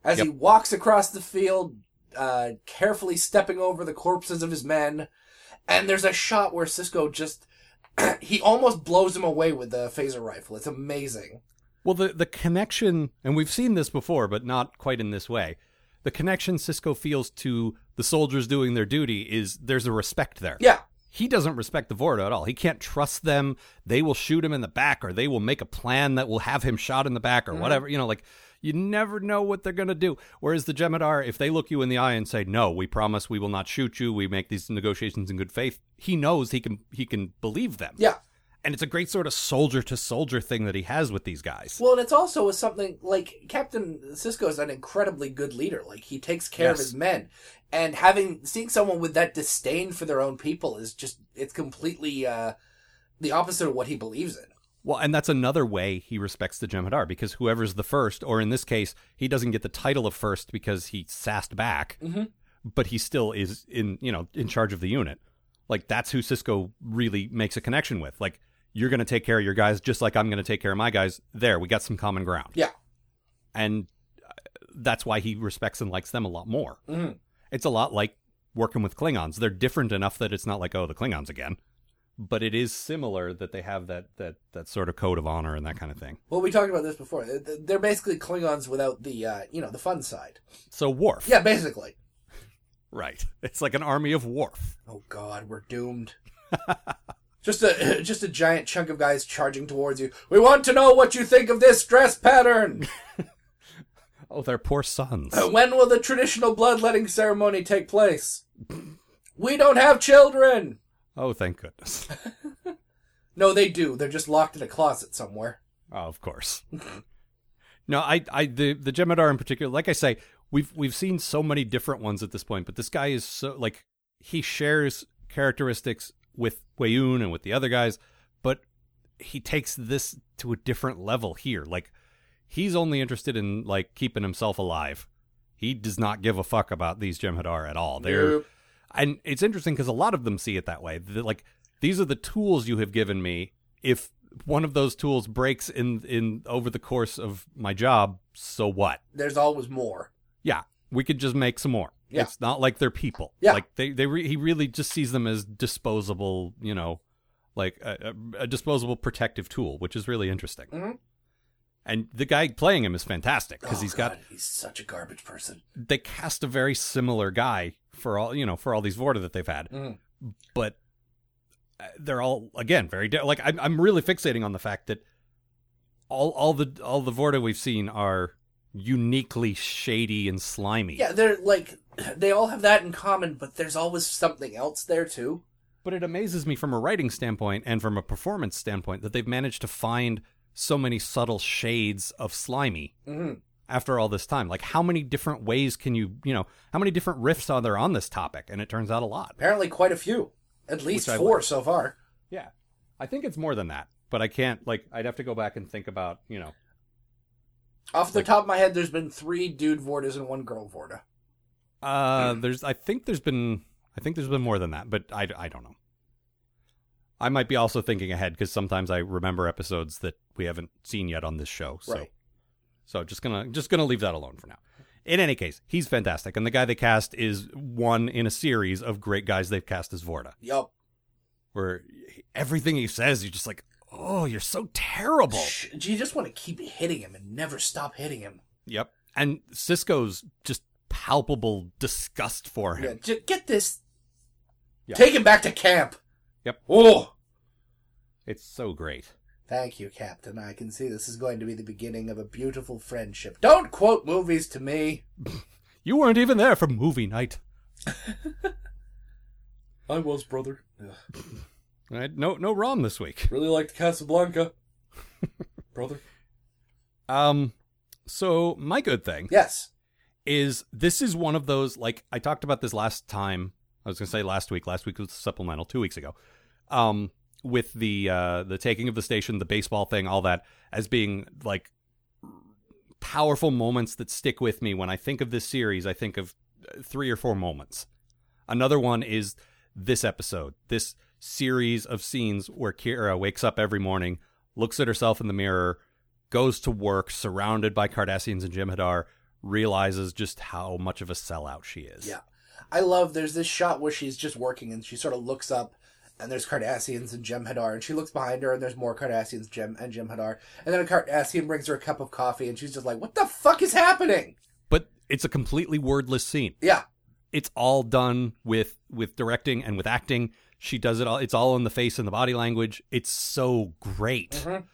as he walks across the field, uh, carefully stepping over the corpses of his men. And there's a shot where Cisco just *clears throat* he almost blows him away with the phaser rifle. It's amazing. Well, the the connection, and we've seen this before, but not quite in this way. The connection Cisco feels to the soldiers doing their duty is there's a respect there. Yeah. He doesn't respect the Vorta at all. He can't trust them. They will shoot him in the back, or they will make a plan that will have him shot in the back, Mm-hmm. or whatever. You know, like you never know what they're going to do. Whereas the Jemadar, if they look you in the eye and say, "No, we promise we will not shoot you. We make these negotiations in good faith," he knows he can he can believe them. Yeah. and it's a great sort of soldier to soldier thing that he has with these guys. Well, and it's also with something like Captain Cisco is an incredibly good leader. Like he takes care of Yes. his men, and having seeing someone with that disdain for their own people is just it's completely uh, the opposite of what he believes in. Well, and that's another way he respects the Jem'Hadar because whoever's the first, or in this case, he doesn't get the title of first because he sassed back, but he still is in you know in charge of the unit. Like that's who Cisco really makes a connection with. Like you're going to take care of your guys just like I'm going to take care of my guys. There, we got some common ground, Yeah, and uh, that's why he respects and likes them a lot more. It's a lot like working with Klingons. They're different enough that it's not like oh the Klingons again. But it is similar that they have that, that, that sort of code of honor and that kind of thing. well, we talked about this before. Th- th- They're basically Klingons without the uh, you know the fun side. So Worf. Yeah, basically. Right. *laughs* It's like an army of Worf. Oh God, we're doomed. just a *laughs* just a giant chunk of guys charging towards you. We want to know what you think of this dress pattern. Oh, they're poor sons. Oh. When will the traditional bloodletting ceremony take place? We don't have children! Oh, thank goodness. No, they do. They're just locked in a closet somewhere. Oh, of course. no, I, I, the the Jemadar in particular. Like I say, we've we've seen so many different ones at this point, but this guy is so like he shares characteristics with Wayun and with the other guys, but he takes this to a different level here. Like he's only interested in like keeping himself alive. He does not give a fuck about these Jem'Hadar at all. They're Nope. and it's interesting because a lot of them see it that way. They're like these are the tools you have given me. If one of those tools breaks in in over the course of my job, so what? There's always more. Yeah, we could just make some more. Yeah. It's not like they're people. Yeah. Like they they re- he really just sees them as disposable, you know, like a, a- a disposable protective tool, which is really interesting. Mhm. And the guy playing him is fantastic because he's he's got Oh, He's such a garbage person. they cast a very similar guy for all you know for all these Vorta that they've had, Mm. but uh, they're all again very di- like I'm I'm really fixating on the fact that all all the all the Vorta we've seen are uniquely shady and slimy. Yeah, they're like, they all have that in common, but there's always something else there too. But it amazes me from a writing standpoint and from a performance standpoint that they've managed to find so many subtle shades of slimy Mhm. after all this time. Like how many different ways can you you know how many different riffs are there on this topic? And it turns out a lot. Apparently, quite a few. At least Which I four so far. Yeah. I think it's more than that, but I can't like I'd have to go back and think about, you know. Off the top of my head, there's been three dude Vortas and one girl Vorta. *clears throat* Uh there's I think there's been I think there's been more than that, but I I don't know. I might be also thinking ahead cuz sometimes I remember episodes that we haven't seen yet on this show, so Right. So just going to just going to leave that alone for now. In any case, he's fantastic and the guy they cast is one in a series of great guys they've cast as Vorta. Yup. Where he- everything he says you're just like, Oh, you're so terrible. Shh, you just want to keep hitting him and never stop hitting him. Yep. And Cisco's just palpable disgust for him. Yeah, ju- get this. Yeah. Take him back to camp. Yep. Oh, It's so great. thank you, Captain. I can see this is going to be the beginning of a beautiful friendship. Don't quote movies *laughs* to me. You weren't even there for movie night. *laughs* I was, brother. I had no no rom this week. Really liked *laughs* Casablanca. brother. Um so my good thing Yes. is this is one of those like I talked about this last time. I was going to say last week. Last week was supplemental 2 weeks ago. Um with the uh the taking of the station, the baseball thing, all that as being like powerful moments that stick with me when I think of this series, I think of uh, three or four moments. Another one is this episode. This series of scenes where Kira wakes up every morning, looks at herself in the mirror, goes to work surrounded by Cardassians and Jim Hadar, realizes just how much of a sellout she is. Yeah. I love there's this shot where she's just working and she sort of looks up and there's Cardassians and Jem Hadar and she looks behind her and there's more Cardassians Jem and Jem Hadar and then a Cardassian brings her a cup of coffee and she's just like what the fuck is happening? But it's a completely wordless scene. Yeah. It's all done with with directing and with acting. She does it all. It's all in the face and the body language. It's so great. Mhm.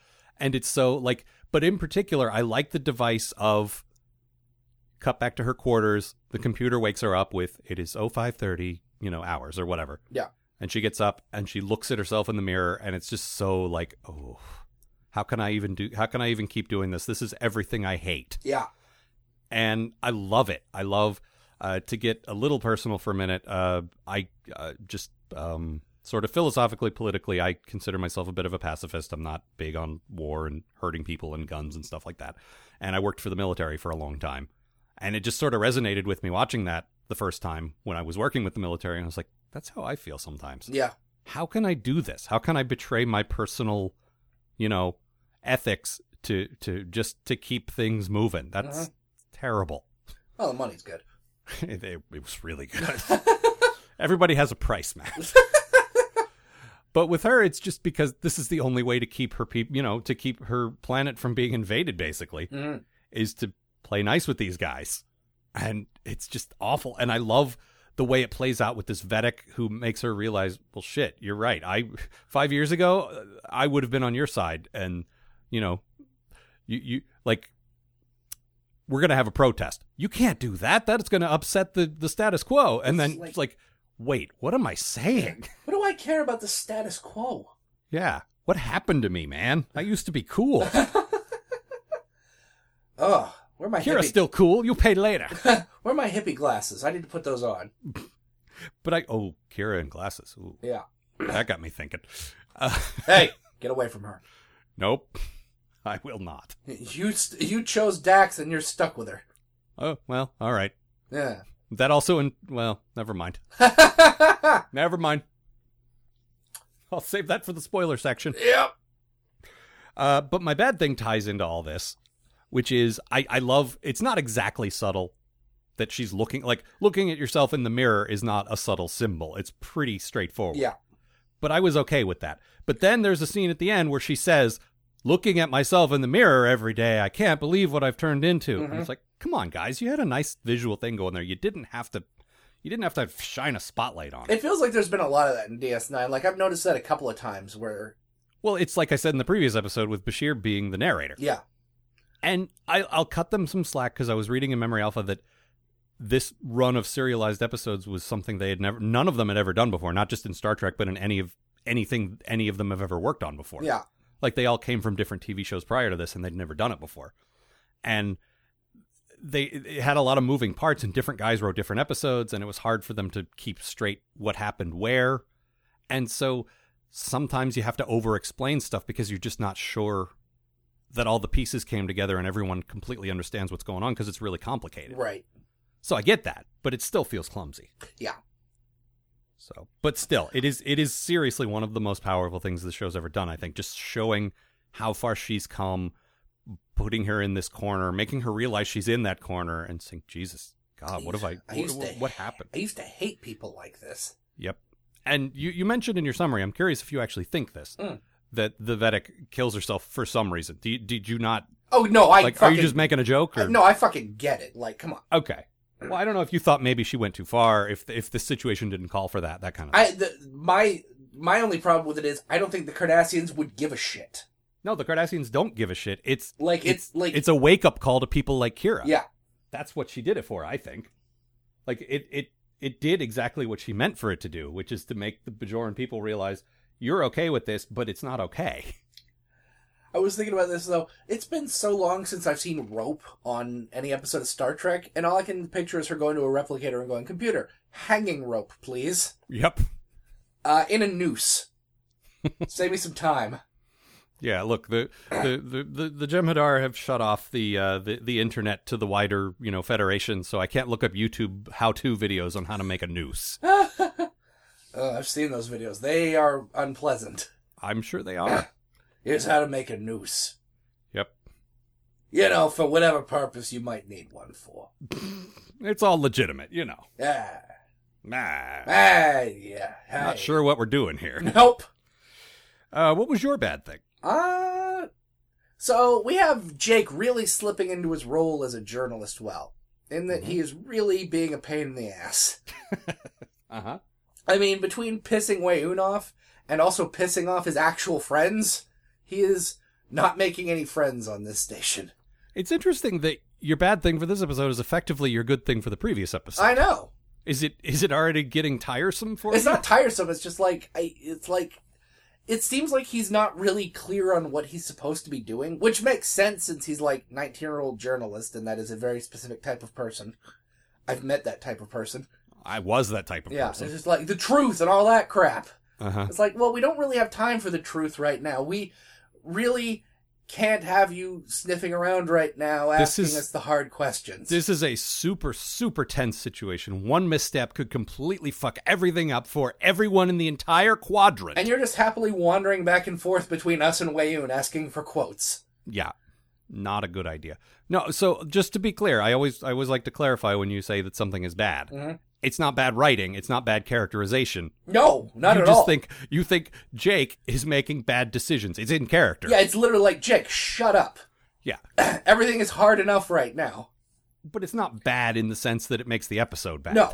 And it's so like but in particular I like the device of cut back to her quarters, the computer wakes her up with it is 0530, you know, hours or whatever. Yeah. And she gets up and she looks at herself in the mirror and it's just so like, oh, how can I even do how can I even keep doing this? This is everything I hate Yeah. and I love it. I love uh, to get a little personal for a minute. Uh, I uh, just um, sort of philosophically, politically, I consider myself a bit of a pacifist. I'm not big on war and hurting people and guns and stuff like that. And I worked for the military for a long time, and it just sort of resonated with me watching that the first time when I was working with the military, and I was like, "That's how I feel sometimes." Yeah. how can I do this? How can I betray my personal, you know, ethics to to just to keep things moving? That's terrible. *laughs* Well, the money's good. it, it was really good. Everybody has a price match. but with her, it's just because this is the only way to keep her people, you know, to keep her planet from being invaded. Basically, *laughs* Mhm. is to play nice with these guys, and it's just awful. And I love the way it plays out with this Vedic who makes her realize, well, shit, you're right. I five years ago, uh, I would have been on your side, and you know, you you like we're going to have a protest. You can't do that. That's going to upset the, the status quo. And It's then like- it's like, wait, what am I *laughs* saying? What do I care about the status quo? yeah. What happened to me, man? I used to be *laughs* cool. Oh, where are my Kira's hippie, still cool. You pay later. *laughs* where are my hippie glasses? I need to put those on. But I, oh, Kira and glasses. Ooh, Yeah. that got me thinking. Uh, Hey, get away from her. *laughs* nope. I will not. You st- you chose Dax and you're stuck with her. Oh, well, all right. Yeah. *laughs* That also, in, well, never mind. Never mind. I'll save that for the spoiler section. yep. Uh, but my bad thing ties into all this, which is I, I love it's not exactly subtle that she's looking like looking at yourself in the mirror is not a subtle symbol. It's pretty straightforward. Yeah. But I was okay with that. But then there's a scene at the end where she says, Looking at myself in the mirror every day, I can't believe what I've turned into. And it's like, come on, guys, you had a nice visual thing going there. You didn't have to you didn't have to shine a spotlight on it. It feels like there's been a lot of that in DS9. Like I've noticed that a couple of times where Well, it's like I said in the previous episode with Bashir being the narrator. yeah. And I, I'll cut them some slack because I was reading in Memory Alpha that this run of serialized episodes was something they had never, none of them had ever done before. Not just in Star Trek, but in any of anything any of them have ever worked on before. Yeah. like they all came from different TV shows prior to this, and they'd never done it before. And they it had a lot of moving parts, and different guys wrote different episodes, and it was hard for them to keep straight what happened where. And so sometimes you have to over explain stuff because you're just not sure that all the pieces came together and everyone completely understands what's going on because it's really complicated. Right. So I get that, but it still feels clumsy. Yeah. So, but still, it is it is seriously one of the most powerful things the show's ever done. I think just showing how far she's come, putting her in this corner, making her realize she's in that corner, and saying, "Jesus, God, Uh, what have I? I what, used what- to- what happened?" I used to hate people like this. Hmm. Yep. And you you mentioned in your summary. I'm curious if you actually think this that the Vedic kills herself for some reason. Do you, did you not Oh no, I like? fucking, Are you just making a joke? Or? no, I fucking get it. Like, come on. Okay. Well, I don't know if you thought maybe she went too far. If if the situation didn't call for that, that kind of. I the, my my only problem with it is I don't think the Cardassians would give a shit. no, the Kardashians don't give a shit. It's Like it's, like it's a wake up call to people like Kira. yeah. that's what she did it for. I think. Like it it it did exactly what she meant for it to do, which is to make the Bajoran people realize you're okay with this, but it's not okay. *laughs* I was thinking about this though. It's been so long since I've seen rope on any episode of Star Trek, and all I can picture is her going to a replicator and going, "Computer, hanging rope, please, Yep. uh, in a *laughs* noose. Save me some time." Yeah, look, the the the the, the Jem'Hadar have shut off the uh the, the internet to the wider, you know, federation, so I can't look up YouTube how-to videos on how to make a noose. Uh, I've seen those videos. They are unpleasant. I'm sure they *coughs* are. Here's how to make a noose. Yep. You know, for whatever purpose you might need one for. It's all legitimate, you know. Ah, Nah. ah, yeah. hey. Not sure what we're doing here. Nope. Uh what was your bad thing? Uh, so we have Jake really slipping into his role as a journalist well, in that he is really being a pain in the ass. Uh-huh. I mean, between pissing Wayun off and also pissing off his actual friends, he is not making any friends on this station. It's interesting that your bad thing for this episode is effectively your good thing for the previous episode. I know. Is it is it already getting tiresome for It's you? not tiresome. It's just like I. It's like it seems like he's not really clear on what he's supposed to be doing, which makes sense since he's like nineteen year old journalist, and that is a very specific type of person. I've met that type of person. I was that type of Yeah, it's person. just like the truth and all that crap. Uh-huh. It's like, well, we don't really have time for the truth right now. We really can't have you sniffing around right now This asking is- us the hard questions. This is a super, super tense situation. One misstep could completely fuck everything up for everyone in the entire quadrant. and you're just happily wandering back and forth between us and Wayun asking for quotes. yeah, not a good idea. No, so just to be clear, I always, I always like to clarify when you say that something is bad. Mm-hmm. It's not bad writing. It's not bad characterization. No, not you at just all. think you think Jake is making bad decisions. It's in character. Yeah, it's literally like, Jake, shut up. *clears throat* yeah. Everything is hard enough right now. But it's not bad in the sense that it makes the episode bad. No.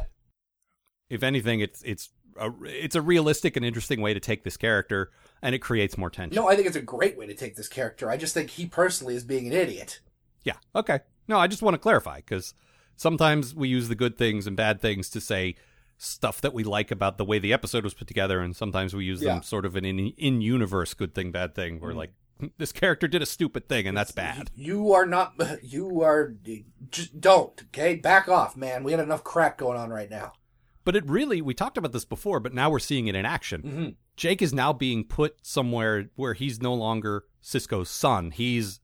if anything, it's it's a, it's a realistic and interesting way to take this character, and it creates more tension. No, I think it's a great way to take this character. I just think he personally is being an idiot. Yeah. Okay. No, I just want to clarify because sometimes we use the good things and bad things to say stuff that we like about the way the episode was put together, and sometimes we use Yeah. Mm-hmm. them sort of in in, in universe good thing bad thing. We're like "Hmm, this character did a stupid thing, and that's bad. You are not. *laughs* You are. Just don't. Okay, back off, man. We got enough crap going on right now. But it really, we talked about this before, but now we're seeing it in action. Jake is now being put somewhere where he's no longer Cisco's son. He's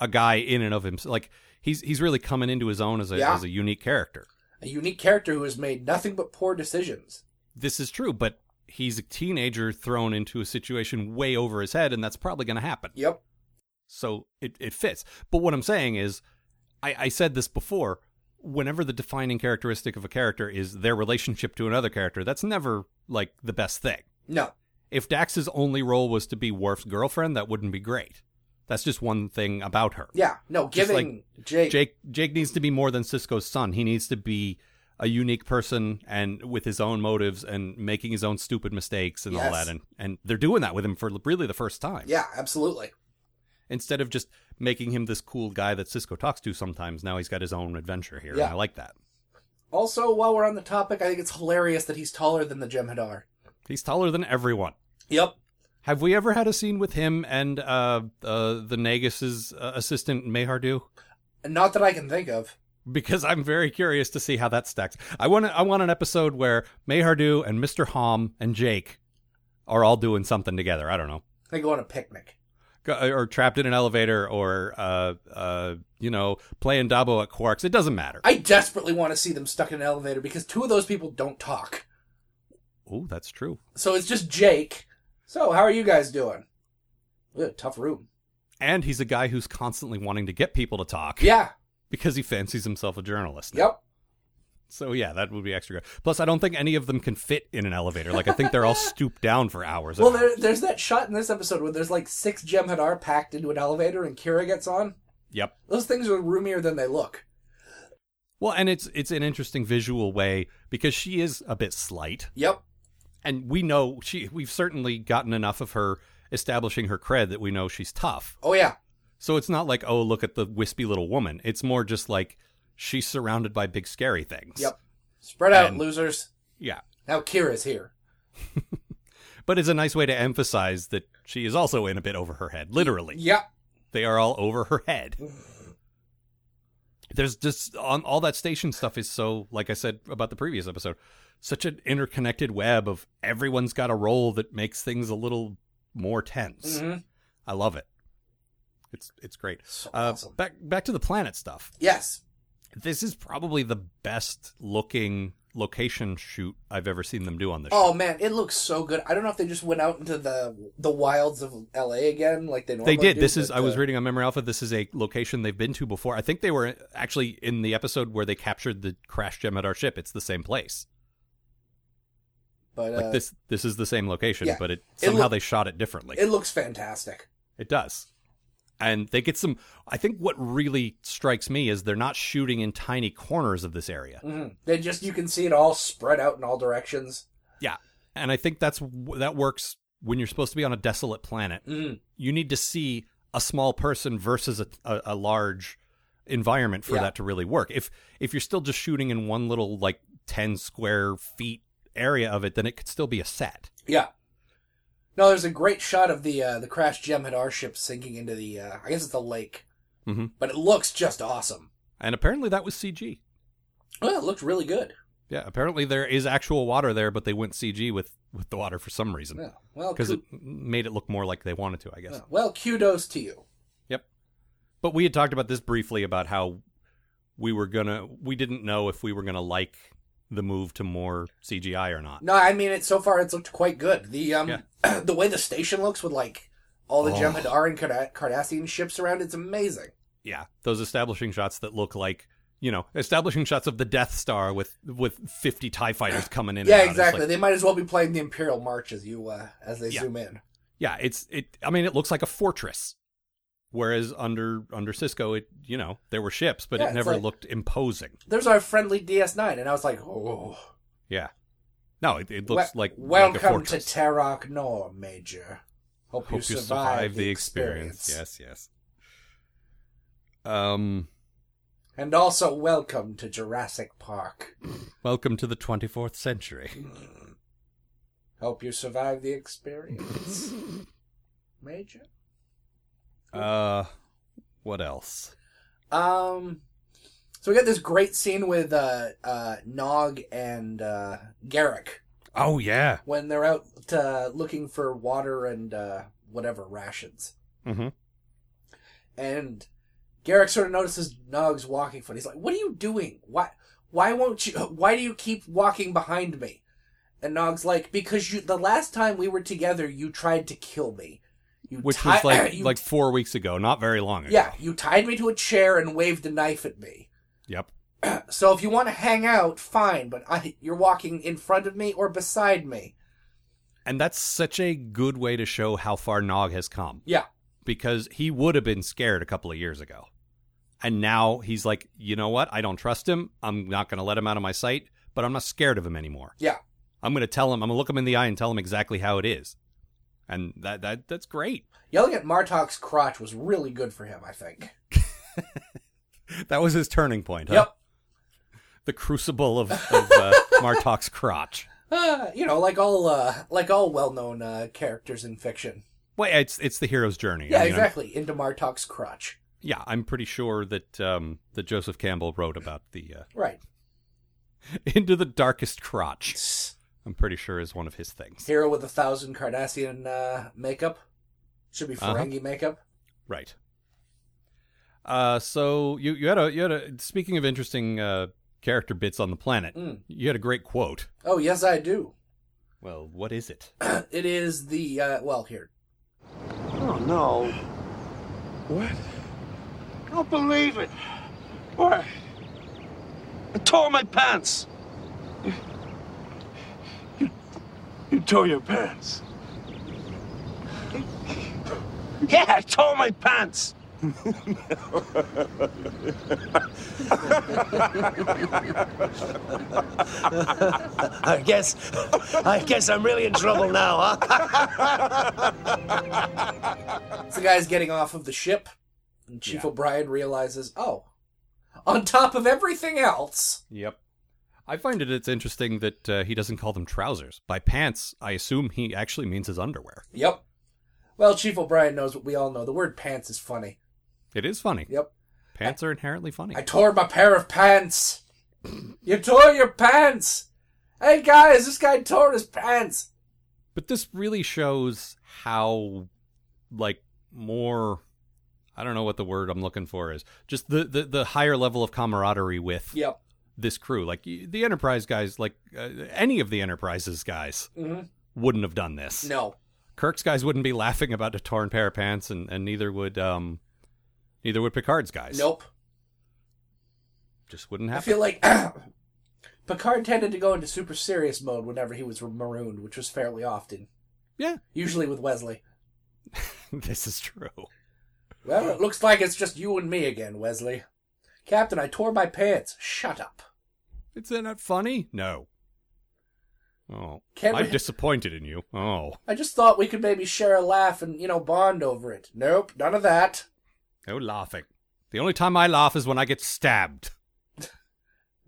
a guy in and of himself. Like he's he's really coming into his own as a Yeah. as a unique character. A unique character who has made nothing but poor decisions. This is true, but he's a teenager thrown into a situation way over his head, and that's probably going to happen. Yep. So it, it fits. But what I'm saying is, I, I said this before. Whenever the defining characteristic of a character is their relationship to another character, that's never like the best thing. No. if Dax's only role was to be Worf's girlfriend, that wouldn't be great. That's just one thing about her. Yeah. No. Just Giving Jake. Jake Jake needs to be more than Cisco's son. He needs to be a unique person and with his own motives and making his own stupid mistakes and all Yes. that. And and they're doing that with him for really the first time. Yeah. Absolutely. Instead of just making him this cool guy that Cisco talks to sometimes, now he's got his own adventure here. Yeah. And I like that. Also, while we're on the topic, I think it's hilarious that he's taller than the Jem'Hadar. He's taller than everyone. Yep. Have we ever had a scene with him and uh, uh, the Nagus' uh, assistant Mehardu? And not that I can think of. because I'm very curious to see how that stacks. I want I want an episode where Mayhardu and Mr. Hom and Jake are all doing something together. I don't know, They go on a picnic. Go- or trapped in an elevator, or uh, uh, you know, playing Dabo at Quarks. It doesn't matter. I desperately want to see them stuck in an elevator because two of those people don't talk. Oh, that's true. So it's just Jake. So how are you guys doing? Ugh, tough room. And he's a guy who's constantly wanting to get people to talk Yeah. because he fancies himself a journalist. Yep. So yeah, that would be extra. gra- Plus, I don't think any of them can fit in an elevator. Like I think *laughs* they're all stooped down for hours. Well, there, there's that shot in this episode where there's like six Jem'Hadar packed into an elevator and Kira gets on. Yep. Those things are roomier than they look. Well, and it's it's an interesting visual way because she is a bit slight, Yep. and we know she we've certainly gotten enough of her establishing her cred that we know she's tough. Oh yeah. So it's not like oh look at the wispy little woman. It's more just like she's surrounded by big scary things. Yep. Spread out, And- losers. Yeah. Now Kira's here. But it's a nice way to emphasize that she is also in a bit over her head, literally. Yep. They are all over her head. There's just on all that station stuff is so like I said about the previous episode, such an interconnected web of everyone's got a role that makes things a little more tense. Mhm. I love it. It's it's great. So Uh, awesome. Back back to the planet stuff. Yes. This is probably the best looking location shoot I've ever seen them do on this. show. Oh man, it looks so good. I don't know if they just went out into the the wilds of LA again, like they normally They did. do, This is. but, I was uh, reading on Memory Alpha. This is a location they've been to before. I think they were actually in the episode where they captured the crash gem at our ship. It's the same place. but uh, Like this. This is the same location, yeah. but it It somehow look- they shot it differently. It looks fantastic. It does. And they get some. I think what really strikes me is they're not shooting in tiny corners of this area. Mhm. They just you can see it all spread out in all directions. Yeah, and I think that's that works when you're supposed to be on a desolate planet. Mhm. You need to see a small person versus a a, a large environment for Yeah. that to really work. If if you're still just shooting in one little like ten square feet area of it, then it could still be a set. Yeah. No, there's a great shot of the uh, the crashed Jem'Hadar ship sinking into the uh, I guess it's the lake, Mm-hmm. but it looks just awesome. And apparently that was CG. Well, it looked really good. Yeah, apparently there is actual water there, but they went CG with with the water for some reason Yeah. Well, because ku- it made it look more like they wanted to. I guess. well, kudos to you. But we had talked about this briefly about how we were gonna we didn't know if we were gonna like the move to more CGI or not. No, I mean it. So far, it's looked quite good. The um, Yeah. *clears throat* the way the station looks with like all the Oh. Jem'Hadar and Karda- Cardassian ships around, it's amazing. Yeah, those establishing shots that look like you know establishing shots of the Death Star with with fifty Tie *laughs* fighters coming in. yeah, and out. It's exactly. like- they might as well be playing the Imperial March as you uh, as they Yeah. zoom in. yeah, it's it. I mean, it looks like a fortress. Whereas under under Cisco, it you know there were ships, but Yeah, it it's never like- looked imposing. There's our friendly DS9, and I was like, oh, Yeah, no, it, it looks we- like like a welcome to fortress. Terok Nor, Major. Hope, Hope you survive the experience. Yes, yes. Um, and also welcome to Jurassic Park. *clears throat* welcome to the 24th century. Hope you survive *laughs* the experience, Major. Uh, what else? Um, so we got this great scene with uh, uh, Nog and uh, Garrick Oh yeah. when they're out uh, looking for water and uh, whatever rations. Mm-hmm. And Garrick sort of notices Nog's walking foot. He's like, "What are you doing? Why? Why won't you? *laughs* Why do you keep walking behind me?" And Nog's like, "Because you. The last time we were together, you tried to kill me. You Which ti- was like *laughs* *clears throat* you- like four weeks ago, not very long ago. yeah, you tied me to a chair and waved a knife at me." Yep. So if you want to hang out, fine, but I, you're walking in front of me or beside me. And that's such a good way to show how far Nog has come Yeah. because he would have been scared a couple of years ago, and now he's like, you know what? I don't trust him. I'm not going to let him out of my sight, but I'm not scared of him anymore. Yeah. I'm going to tell him. I'm going to look him in the eye and tell him exactly how it is, and that that that's great. Yelling at Martok's crotch was really good for him, I think. That was his turning point. Huh? Yep. The crucible of, of *laughs* uh, Martok's crotch. Uh, you know, like all uh, like all well-known uh, characters in fiction. Well, it's it's the hero's journey. I Yeah, mean, I'm- exactly. Into Martok's crotch. yeah, I'm pretty sure that um, that Joseph Campbell wrote about the uh, *laughs* Right. into the darkest crotch. I'm pretty sure is one of his things. Hero with a thousand Cardassian uh, makeup. Should be Uh-huh. Ferengi makeup. Right. Uh, so you you had a you had a speaking of interesting uh, character bits on the planet, Mm. you had a great quote. Oh, yes, I do. Well, what is it? it is the, uh, well, here. Oh, no. What? I don't believe it. What? tore my pants. You, you tore your pants. Yeah, I tore my pants. I guess, I guess I'm really in trouble now, huh? So the guy's getting off of the ship, and Chief O'Brien realizes, oh, on top of everything else, Yep. I find it it's interesting that uh, he doesn't call them trousers. By pants, I assume he actually means his underwear. yep. Well, Chief O'Brien knows what we all know. The word pants is funny. It is funny. Yep. Pants are inherently funny. I tore my pair of pants. You tore your pants. Hey guys, this guy tore his pants. but this really shows how, like, more. I don't know what the word I'm looking for is. Just the, the, the higher level of camaraderie with Yep. this crew. Like, y- the Enterprise guys, like, uh, any of the Enterprise's guys Mhm. wouldn't have done this. No. Kirk's guys wouldn't be laughing about a torn pair of pants, and, and neither would um, neither would Picard's guys. Nope. just wouldn't I happen. feel like *coughs* Picard tended to go into super serious mode whenever he was marooned, which was fairly often, yeah, usually with Wesley. *laughs* this is true. Well, it looks like it's just you and me again, Wesley. Captain, I tore my pants. Shut up. Is that not funny? No. Oh, Can I'm we- disappointed in you. Oh, I just thought we could maybe share a laugh and, you know, bond over it. Nope, none of that. no laughing. The only time I laugh is when I get stabbed.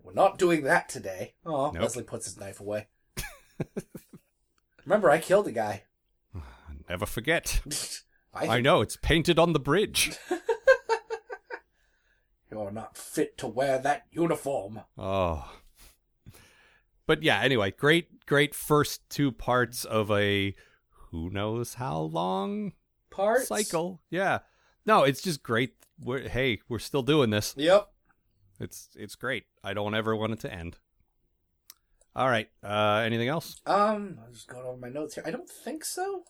We're not doing that today. Oh, Nope. Wesley puts his knife away. *laughs* Remember, I killed a guy. I never forget. I, I know it's painted on the bridge. You're not fit to wear that uniform. Oh. But yeah, anyway, great, great first two parts of a who knows how long Parts? cycle. Yeah. No, it's just great. We're, hey, we're still doing this. Yep. It's it's great. I don't ever want it to end. All right. Uh, anything else? Um, I'm just going over my notes here. I don't think so.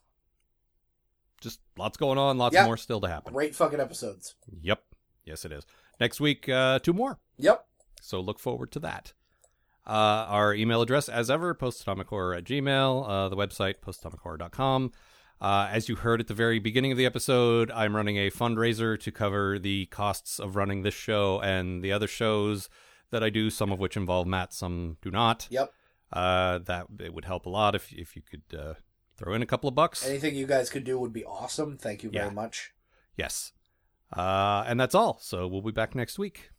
Just lots going on. Lots Yeah. more still to happen. Great fucking episodes. Yep. Yes, it is. Next week, uh, two more. Yep. So look forward to that. Uh, our email address, as ever, postatomichorror at gmail. Uh, the website, postatomichorror.com. Uh, as you heard at the very beginning of the episode, I'm running a fundraiser to cover the costs of running this show and the other shows that I do, some of which involve Matt, some do not. Yep. Uh, that it would help a lot if if you could uh, throw in a couple of bucks. Anything you guys could do would be awesome. Thank you very Yeah. much. Yes. Uh, and that's all. So we'll be back next week.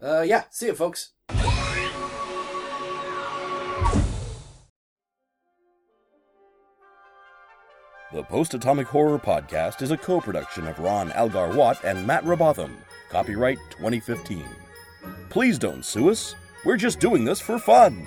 Uh, yeah. See you, folks. The Post Atomic Horror Podcast is a co production of Ron Algar Watt and Matt Robotham. Copyright 2015. Please don't sue us. We're just doing this for fun.